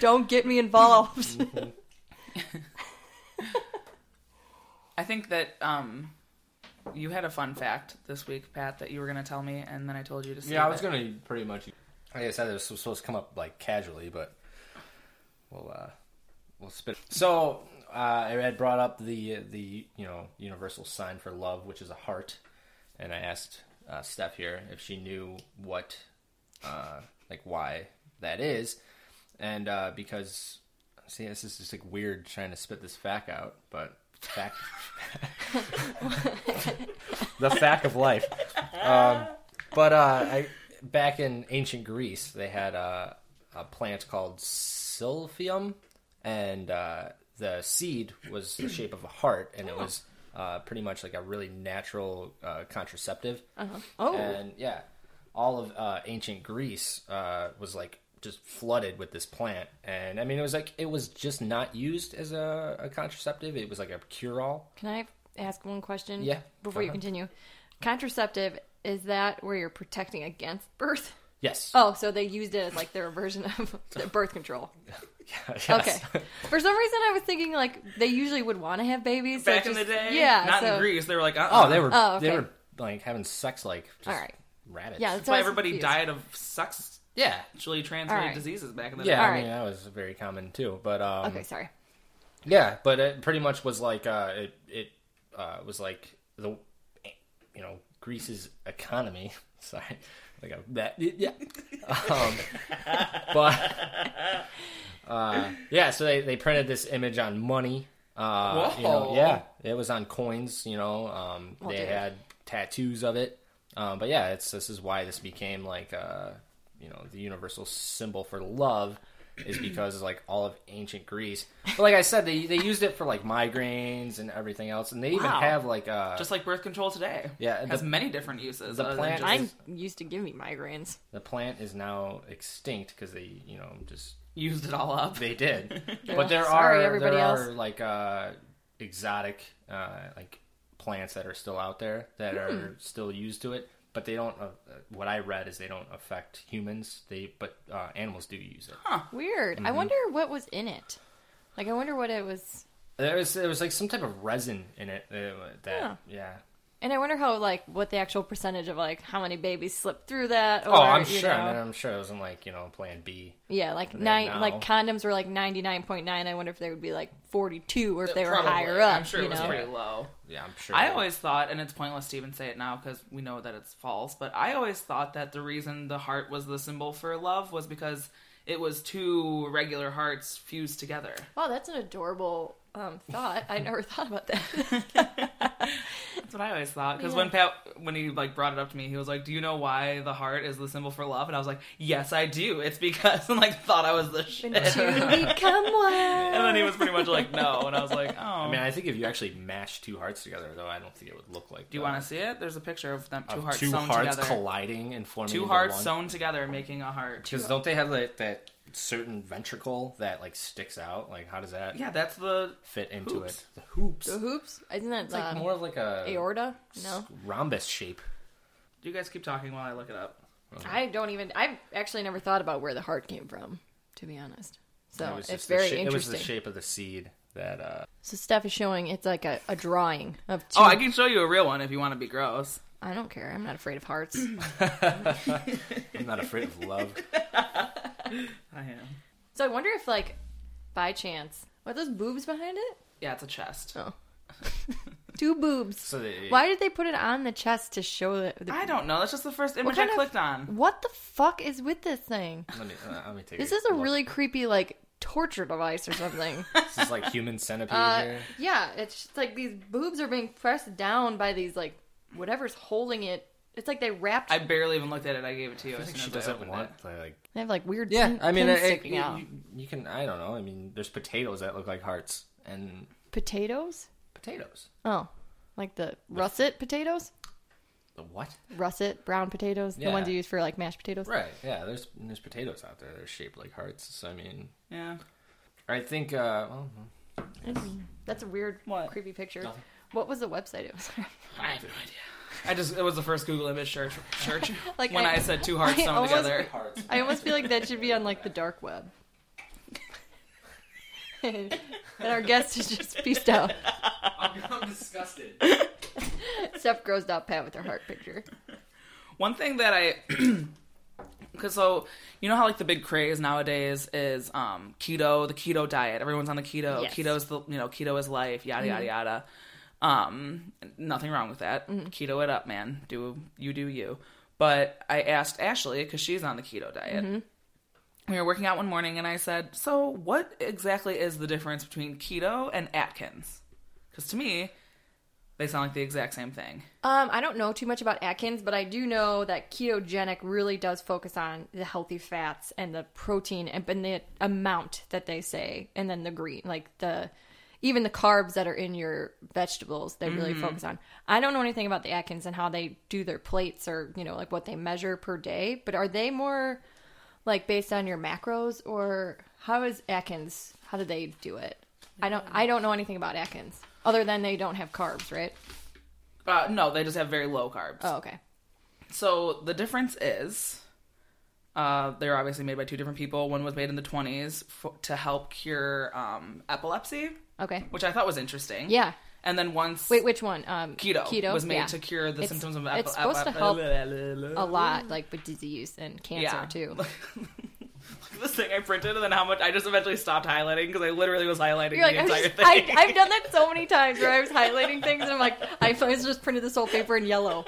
Don't get me involved.
*laughs*
*laughs*
I think that um you had a fun fact this week, Pat, that you were gonna tell me and then I told you to save
Yeah, I was
it.
gonna pretty much. Like I said, this was supposed to come up like casually, but we'll uh, we'll spit. So uh, I had brought up the the you know universal sign for love, which is a heart, and I asked uh, Steph here if she knew what uh, like why that is, and uh, because see, this is just like weird trying to spit this fact out, but fact. the fact of life. Um, but uh, I, back in ancient Greece, they had a, a plant called silphium, and uh, the seed was the shape of a heart, and it
Oh.
was uh, pretty much like a really natural uh, contraceptive.
Oh.
And yeah, all of uh, ancient Greece uh, was like just flooded with this plant. And I mean, it was like, it was just not used as a, a contraceptive. It was like a cure all.
Can I ask one question?
Yeah.
Before you
Uh-huh.
continue, contraceptive is that where you're protecting against birth?
Yes.
Oh, so they used it as like their version of the birth control.
*laughs* Yes.
Okay. For some reason, I was thinking like they usually would want to have babies so
back in
just-
the day.
Yeah.
Not
so,
in Greece. They were like, uh
Oh, they were
Oh, okay.
they were like having sex like just
All right.
rabbits.
Yeah.
That's
That's
why everybody died
died.
of sexually
yeah,
transmitted
All right.
diseases back in the
yeah.
day.
I
All
mean
right.
that was very common too. But um,
Okay, sorry.
yeah, but it pretty much was like uh, it it uh, was like the you know Greece's economy. *laughs* Sorry, like a that yeah. Um, but uh, yeah, so they, they printed this image on money. Uh, you know,
Whoa.
yeah, it was on coins. You know, um,
Well,
they
dude.
had tattoos of it. Um, but yeah, it's this is why this became like uh, you know the universal symbol for love is because like all of ancient Greece. But like I said, they they used it for like migraines and everything else, and they even
Wow.
have like uh,
Just like birth control today.
Yeah,
It has
the-
many different uses.
the
other than
plant-
just-
Mine used to give me migraines.
the plant is now extinct because they you know just
used it all up.
They did,
*laughs*
Yeah.
but there
Sorry,
are
everybody
there
else.
are like uh, exotic uh, like plants that are still out there
Hmm.
that are still used to it, but they don't. Uh, uh, what I read is they don't affect humans. They but uh, animals do use it.
Weird.
Mm-hmm.
I wonder what was in it. Like, I wonder what it was.
There was there was like some type of resin in it uh, that
Huh.
yeah.
And I wonder how, like, what the actual percentage of, like, how many babies slipped through that. Or,
Oh, I'm
you
sure. I
know.
mean, I'm sure it wasn't like you know Plan B.
Yeah, like
They
nine,
know.
like condoms were like ninety nine point nine. I wonder if they would be like forty two, or if they were
Probably.
higher up.
I'm sure
you
it was
know?
pretty low.
Yeah, I'm sure.
I
they-
always thought, and it's pointless to even say it now because we know that it's false, but I always thought that the reason the heart was the symbol for love was because it was two regular hearts fused
*laughs*
together.
Wow, that's an adorable um, thought. I never *laughs* thought about that.
That's what I always thought. Because when Pat, when he like brought it up to me, he was like, "Do you know why the heart is the symbol for love?" And I was like, "Yes, I do. It's because." *laughs* And like thought I was the shit.
*laughs*
Been to become one.
*laughs* And then he was pretty much like, "No," and I was like, "Oh."
I mean, I think if you actually mash two hearts together, though, I don't think it would look like.
do you want to see it? There's a picture of them two hearts
two
sewn
hearts
together.
colliding and forming
two
into
hearts
one?
sewn together, making a heart.
Because don't they have like, that certain ventricle that like sticks out? Like, how does that
Yeah, that's the
fit into
Hoops.
it? The hoops.
The hoops? Isn't that
It's like
um,
more of like a
aorta?
s-
No,
rhombus shape.
You guys keep talking while I look it up.
I don't even. I've actually never thought about where the heart came from, to be honest.
It
So
was
it's
just the
very
sha- It was
interesting.
the shape of the seed that. uh
so Steph is showing it's like a, a drawing of two.
Oh, I can show you a real one if you want to be gross.
I don't care. I'm not afraid of hearts. *clears throat*
I'm not afraid
*laughs*
of love.
I am.
so I wonder if, like, by chance, what those boobs behind it?
Yeah, it's a chest.
Oh. Two boobs.
So they,
Why did they put it on the chest to show that? The,
I don't know. That's just the first image
kind
I
of-
clicked on.
what the fuck is with this thing?
Let me, uh, let me take.
This is a
look.
really creepy, like, torture device or
*laughs*
something.
This is like human centipede.
Uh,
here.
yeah, it's just like these boobs are being pressed down by these like whatever's holding it. It's like they wrapped.
I barely even looked at it. I gave it to you.
I
as
think
soon
she
as I
doesn't
opened it.
want the, like.
they have like weird.
Yeah,
pin-
I mean,
pins
it-
sticking
you,
out.
you- you can. I don't know. I mean, there's potatoes that look like hearts and
potatoes.
potatoes.
Oh, like the russet potatoes,
The what?
russet brown potatoes, the ones
Yeah.
you use for like mashed potatoes.
Right. Yeah. There's there's potatoes out there. that are shaped like hearts. So I mean,
Yeah.
I think. Uh, well,
That's a weird,
What?
creepy picture.
Nothing.
What was the website it was? *laughs* on?
I have no idea. I just it was the first Google image search. *laughs* search
Like,
when
I-
I, said two hearts
I
sewn
almost-
together.
hearts.
I almost feel like that should be on like the dark web. *laughs* and our guest is just peaced *laughs* out.
*laughs* I'm, disgusted.
Steph grows out pat with her heart picture.
One thing that I *clears throat* because so you know how like the big craze nowadays is um keto, the keto diet. Everyone's on the keto.
Yes. Mm-hmm.
Keto's the you know keto is life. Yada yada yada. Um, nothing wrong with that. Keto it up, man. Do you do you? But I asked Ashley because she's on the keto diet.
Mm-hmm.
We were working out one morning, and I said, "So, what exactly is the difference between keto and Atkins?" Because to me, they sound like the exact same thing.
Um, I don't know too much about Atkins, but I do know that ketogenic really does focus on the healthy fats and the protein and, and the amount that they say, and then the green, like the even the carbs that are in your vegetables, they really focus on. I don't know anything about the Atkins and how they do their plates or you know like what they measure per day, but are they more like based on your macros or how is Atkins? How do they do it? I don't I don't know anything about Atkins other than they don't have carbs, right?
Uh, no, they just have very low carbs.
Oh, okay.
So the difference is, uh, they're obviously made by two different people. One was made in the 20s f- to help cure um, epilepsy,
Okay.
which I thought was interesting.
Yeah.
And then once
Wait, which one? Um,
keto,
Keto
was made
yeah.
to cure the
It's-
symptoms of
it's supposed
*laughs*
to help
epilepsy.
a lot, like with disease and cancer
Yeah. *laughs*
too.
This thing I printed, and then how much I just eventually stopped highlighting because I literally was highlighting
You're like,
the
I'm
entire
just,
thing.
I, I've done that so many times where I
*laughs*
was highlighting things and I'm like, I was just printed this whole paper in yellow.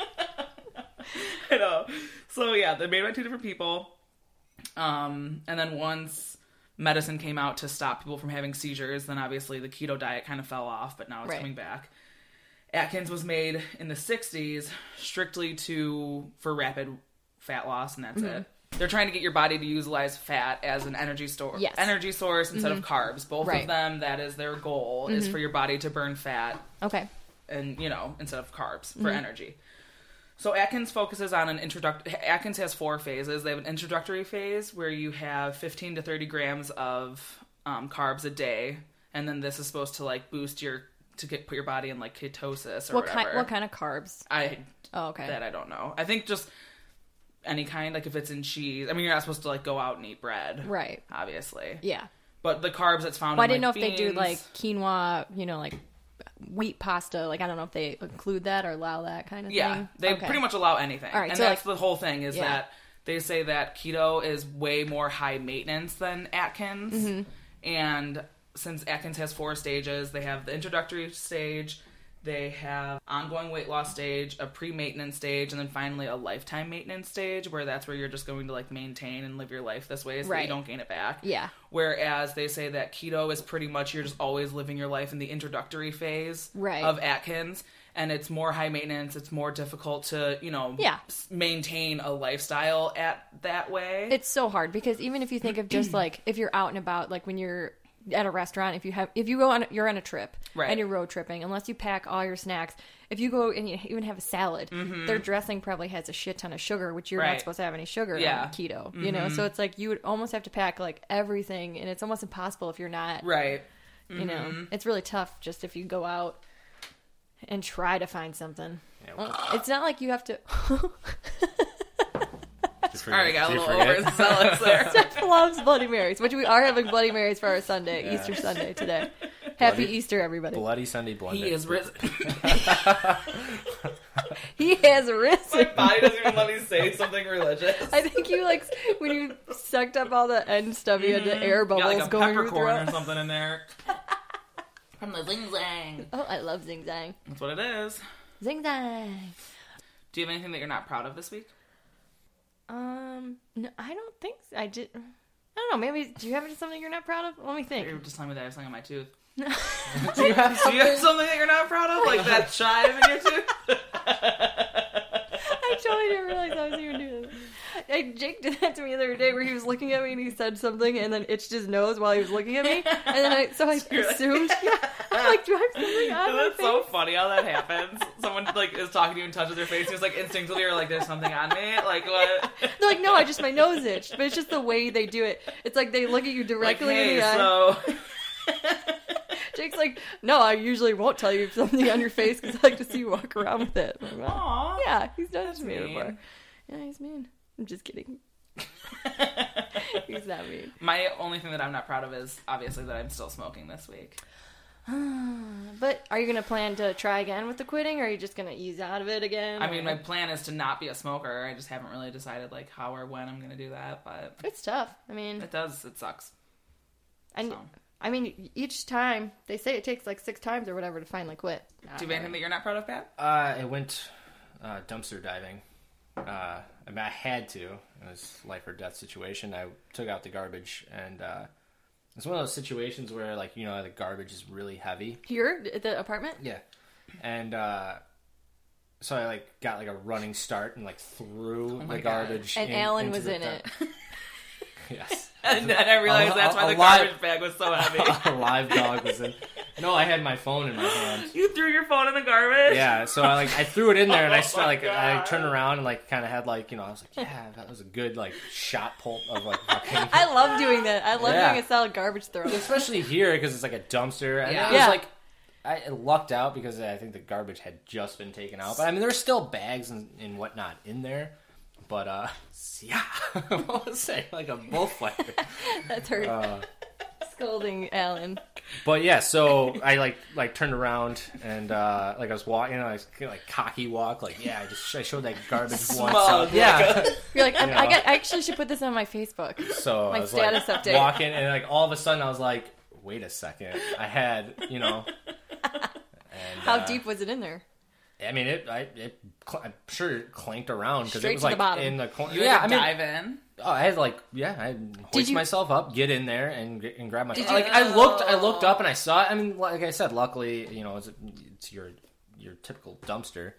I know. uh, so yeah, they're made by two different people. Um, and then once medicine came out to stop people from having seizures, then obviously the keto diet kind of fell off, but now it's
Right.
coming back. Atkins was made in the 60s strictly to for rapid fat loss and that's
Mm-hmm.
it. They're trying to get your body to utilize fat as an energy store
Yes. Mm-hmm.
energy source instead of carbs. Both
Right. Mm-hmm.
of them that is their goal is for your body to burn fat
Okay.
and you know instead of carbs
Mm-hmm.
for energy so atkins focuses on an introduct atkins has four phases they have an introductory phase where you have 15 to 30 grams of um, carbs a day and then this is supposed to like boost your to get put your body in like ketosis or
What
whatever
kind? What kind of carbs?
i
Oh, okay.
that i don't know i think just any kind like if it's in cheese i mean you're not supposed to like go out and eat bread
Right.
obviously
Yeah.
but the carbs that's found
Well, I
in,
didn't know
like,
if they do
beans-
like quinoa, you know, like wheat pasta. Like I don't know if they include that or allow that kind of
Yeah,
thing.
they
Okay.
pretty much allow anything.
All right,
and
so,
that's
like-
the whole thing is
Yeah.
that they say that keto is way more high maintenance than Atkins.
Mm-hmm.
And since Atkins has four stages, they have the introductory stage, they have ongoing weight loss stage, a pre-maintenance stage, and then finally a lifetime maintenance stage where that's where you're just going to like maintain and live your life this way so that
Right.
you don't gain it back.
Yeah.
Whereas they say that keto is pretty much you're just always living your life in the introductory phase
Right.
of Atkins, and it's more high maintenance. It's more difficult to you know
Yeah.
s- maintain a lifestyle at that way.
It's so hard because even if you think of just like if you're out and about, like when you're at a restaurant, if you have if you go on you're on a trip
Right.
and you're road tripping, unless you pack all your snacks, if you go and you even have a salad, their dressing probably has a shit ton of sugar, which you're
Mm-hmm. Right.
not supposed to have any sugar
Yeah. Mm-hmm.
on keto. You know, so it's like you would almost have to pack like everything, and it's almost impossible if you're not.
right.
You know,
mm-hmm.
it's really tough just if you go out and try to find something.
Yeah,
Well, it's not like you have to. *laughs*
Did you
All right, I
forget-
got a
did you
little
forget? *laughs*
overzealous there.
Steph loves Bloody Marys, which we are having Bloody Marys for our Sunday,
Yeah.
Easter
*laughs*
Sunday today. Happy
Bloody-
Easter, everybody.
Bloody Sunday blended.
he
*laughs*
is risen.
he
*laughs*
has
My
risen.
body
*laughs*
doesn't even let me say something religious.
I think you like when you sucked up all the end stuff, you had the air
Got
bubbles
Mm-hmm. like a
going through.
peppercorn or something in there. From the zing zang.
*laughs* Oh, I love Zing Zang.
That's what it is.
Zing Zang.
Do you have anything that you're not proud of this week?
Um, no, I don't think so. I did. I don't know. Maybe do you have something you're not proud of? Let me
You were
think.
just telling me that I have something on my tooth.
I
Do you have,
*laughs*
do you have something that you're not proud of? Like that chive in your tooth?
totally didn't realize I was even doing this. Hey, Jake did that to me the other day, where he was looking at me and he said something, and then itched his nose while he was looking *laughs* at me, *laughs* and then I so I
you're like- *laughs*
assumed, yeah, *laughs* I'm like, do I have something on my
That's
face?
so funny how that happens. Someone like is talking to you and touches their face. You're just like instinctively or like, "There's something on me." Like what?
They're *laughs* like, no, I just my nose itched, but it's just the way they do it. It's like they look at you
Like
directly in
hey,
the eye. *laughs*
so *laughs*
Jake's like, no, I usually won't tell you if something on your face because I like to see you walk around with it. I'm like, "Wow."
Aw.
Yeah, he's done it to me
mean.
before. Yeah, he's mean. I'm just *laughs* kidding. He's not mean.
*laughs* My only thing that I'm not proud of is obviously that I'm still smoking this week.
*sighs* But are you gonna plan to try again with the quitting, or are you just gonna ease out of it again?
I mean,
or-
my plan is to not be a smoker. I just haven't really decided like how or when I'm gonna do that. But
it's tough. I mean,
it does. It sucks.
Mm. and
so.
I mean, each time they say it takes like six times or whatever to finally quit.
Do you have anything that you're not proud of, Pat?
Uh, I went uh, dumpster diving. Uh, I mean, I had to. It was life or death situation. I took out the garbage, and uh, it's one of those situations where, like, you know, the garbage is really heavy.
Here at the apartment?
Yeah. And uh, so I like got like a running start and like threw
my
the
God.
garbage.
And
in-
Alan
into
was
the
in
dump-
it.
*laughs*
Yes.
*laughs* And then I realized
a-
that's
a
why the
lot-
garbage bag was so heavy.
*laughs* a live dog was in. No, I had my phone in my hand.
*laughs* you threw your phone in the garbage.
Yeah, so I like I threw it in there and I started
*laughs*
like
Oh my
I
God.
turned around and like kind of had like you know I was like yeah that was a good like shot pull of like
*laughs*
fucking
*laughs* I love doing that. I love
Yeah.
doing a solid garbage throw. *laughs*
especially here because it's like a dumpster and
Yeah.
I
Yeah.
was like I I lucked out because I think the garbage had just been taken out but I mean there's still bags and, and whatnot in there but uh *laughs* yeah what was it like a bullfighter
That's her
Uh.
scolding Alan.
But yeah, so I like like turned around and uh like I was walking, you know, I was kinda like cocky walk, like yeah, I just I showed that garbage once.
Smug,
yeah,
You're like, I'm, I,
Yeah.
got, I actually should put this on my Facebook.
so
My
I was
status
like
update.
walking, and like all of a sudden I was like, wait a second, I had you know, and,
How
uh,
deep was it in there?
I mean, it. I, it cl- I'm sure it clanked around because
Straight
it was
to the
like
bottom.
in the corner.
You
yeah,
had to
I mean,
dive in.
oh, I had like yeah, I hoist
you-
myself up, get in there, and g- and grab my.
Did you-
Like I looked, I looked
Oh.
up and I saw. it. I mean, like I said, luckily, you know, it's, it's your your typical dumpster,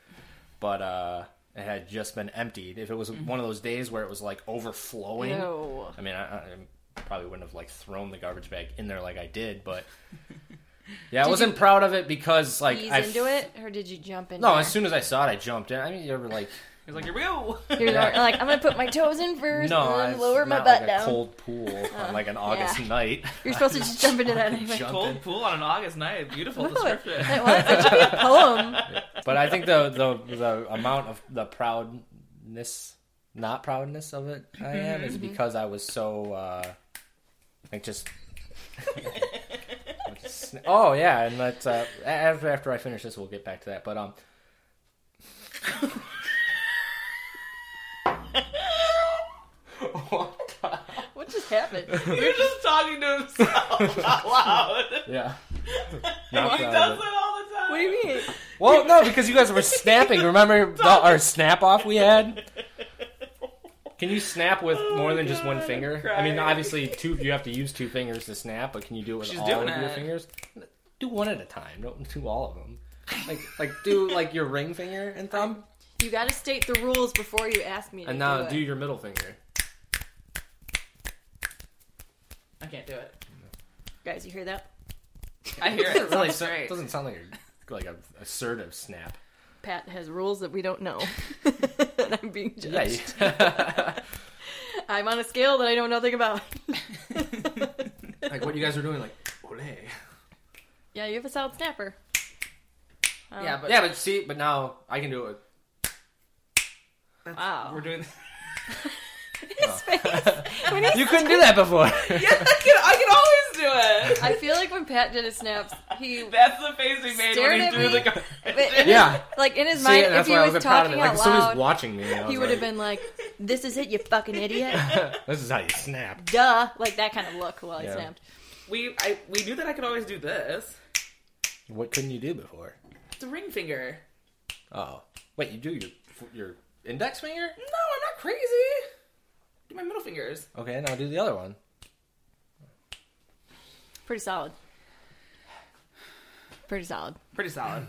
but uh, it had just been emptied. If it was one of those days where it was like overflowing,
Mm-hmm. No.
I mean, I, I I probably wouldn't have like thrown the garbage bag in there like I did,
*laughs*
but yeah, I wasn't proud of it because like
Ease
I
into it, or did you jump in?
No,
there?
as soon as I saw it, I jumped in. I mean, you ever like
*laughs* He was like, here we go.
You're like I'm gonna put my toes in first,
no,
and
I
then lower my
not
butt
like
down. Uh,
a cold pool on like an August night.
You're supposed to just jump into that. Anyway. *laughs*
Jump in.
Cold pool on an August night. Beautiful
Oh, it-
description.
it was- That should be
*laughs*
a poem.
But I think the the the amount of the proudness, not proudness of it, I am is because I was so uh like just. *laughs* oh yeah, and that's uh, after after I finish this, we'll get back to that. But um,
*laughs*
What just happened?
You're just talking to himself *laughs* out loud. *laughs*
yeah.
Mike *laughs*
Not proud of
does
it.
that all the time.
What do you mean?
Well, no, because you guys were snapping. Remember the, our snap off we had? Can you snap with more than just one
God,
finger?
I'm
I mean,
crying.
obviously, two. You have to use two fingers to snap, but can you do it with
She's
all
doing
of your
it.
fingers? Do one at a time. Don't do all of them. Like, like do like your ring finger and thumb,
You gotta state the rules before you ask me.
and
to
now
it.
do your middle finger.
I can't do it.
guys, you hear that?
I hear it.
Doesn't really
Sounds
so-
great. *laughs*
doesn't sound like a like a assertive snap.
Pat has rules that we don't *laughs* know. and I'm being judged.
Yeah, you-
I'm on a scale that I know nothing about. *laughs*
like what you guys were doing, like ole.
yeah, you have a sound snapper. Um,
Yeah, but
Yeah, but see, but now I can do it. With,
wow.
we're doing. *laughs*
*laughs* His
*laughs*
face. When he-
Oh. you couldn't do that before.
Yeah, I can, I can always do it.
I feel like when Pat did his snaps,
*laughs*
he
That's the face we made
Stared
when he
at
threw
me.
the garbage. *laughs*
but-
yeah.
like in his
See,
mind,
and
if
that's
he
why I
was
wasn't proud of
talking
it. Like,
out
if somebody's
loud,
watching me,
he
I was
would have
like,
been like, "This is it, you
*laughs*
fucking idiot."
*laughs* "This is how you snap."
Duh, like that kind of look while he
Yeah.
snapped.
*laughs* We I, we knew that I could always do this.
What couldn't you do before?
It's a ring finger.
Oh, wait, you do your your index finger?
No, I'm not crazy. Do my middle fingers.
Okay, now do the other one.
Pretty solid. Pretty solid.
Pretty *laughs* solid.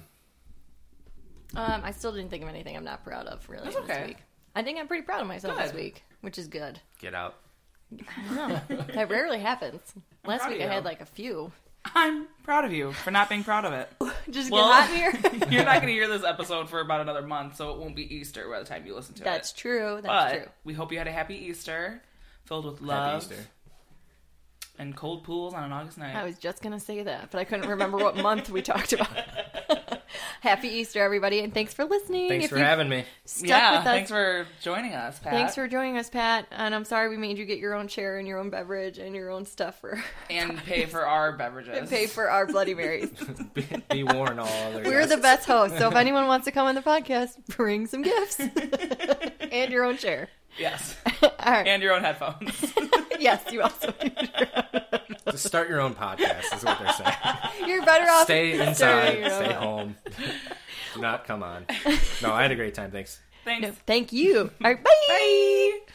Um, I still didn't think of anything I'm not proud of really
That's
this
okay.
week. I think I'm pretty proud of myself this
Good.
week, which
*laughs*
is good.
Get out.
No, that rarely happens. Last
proud
week
of
I had
you.
like a few. *laughs*
I'm proud of you for not being proud of it.
Just
Well-
get hot in
*laughs*
here. *laughs*
You're not going to hear this episode for about another month, so it won't be Easter by the time you listen to
That's
it.
true. That's
But
true.
we hope you had a happy Easter filled with love and cold pools on an August night.
I was just gonna say that, but I couldn't remember what month we talked about.
*laughs*
*laughs* Happy Easter, everybody, and thanks for listening.
Thanks
if
for
you
having me.
stuck
yeah,
with us,
thanks for joining us, Pat.
thanks for joining us, Pat. And I'm sorry we made you get your own chair and your own beverage and your own stuff for *laughs*
and pay for our beverages.
and pay for *laughs* our Bloody
*laughs*
Marys.
*laughs* be, be warned, all other.
We're the
guests.
best hosts, so if anyone wants to come on the podcast, bring some gifts and your own chair.
*laughs*
*laughs*
yes,
All right.
and your own headphones.
*laughs*
*laughs*
yes, you also.
Just start your own podcast. Is what they're *laughs* saying.
You're better off
stay
starting
inside.
your own.
Stay home. *laughs* do not come on. No, I had a great time. Thanks.
Thanks.
No, thank you. All right, bye.
Bye.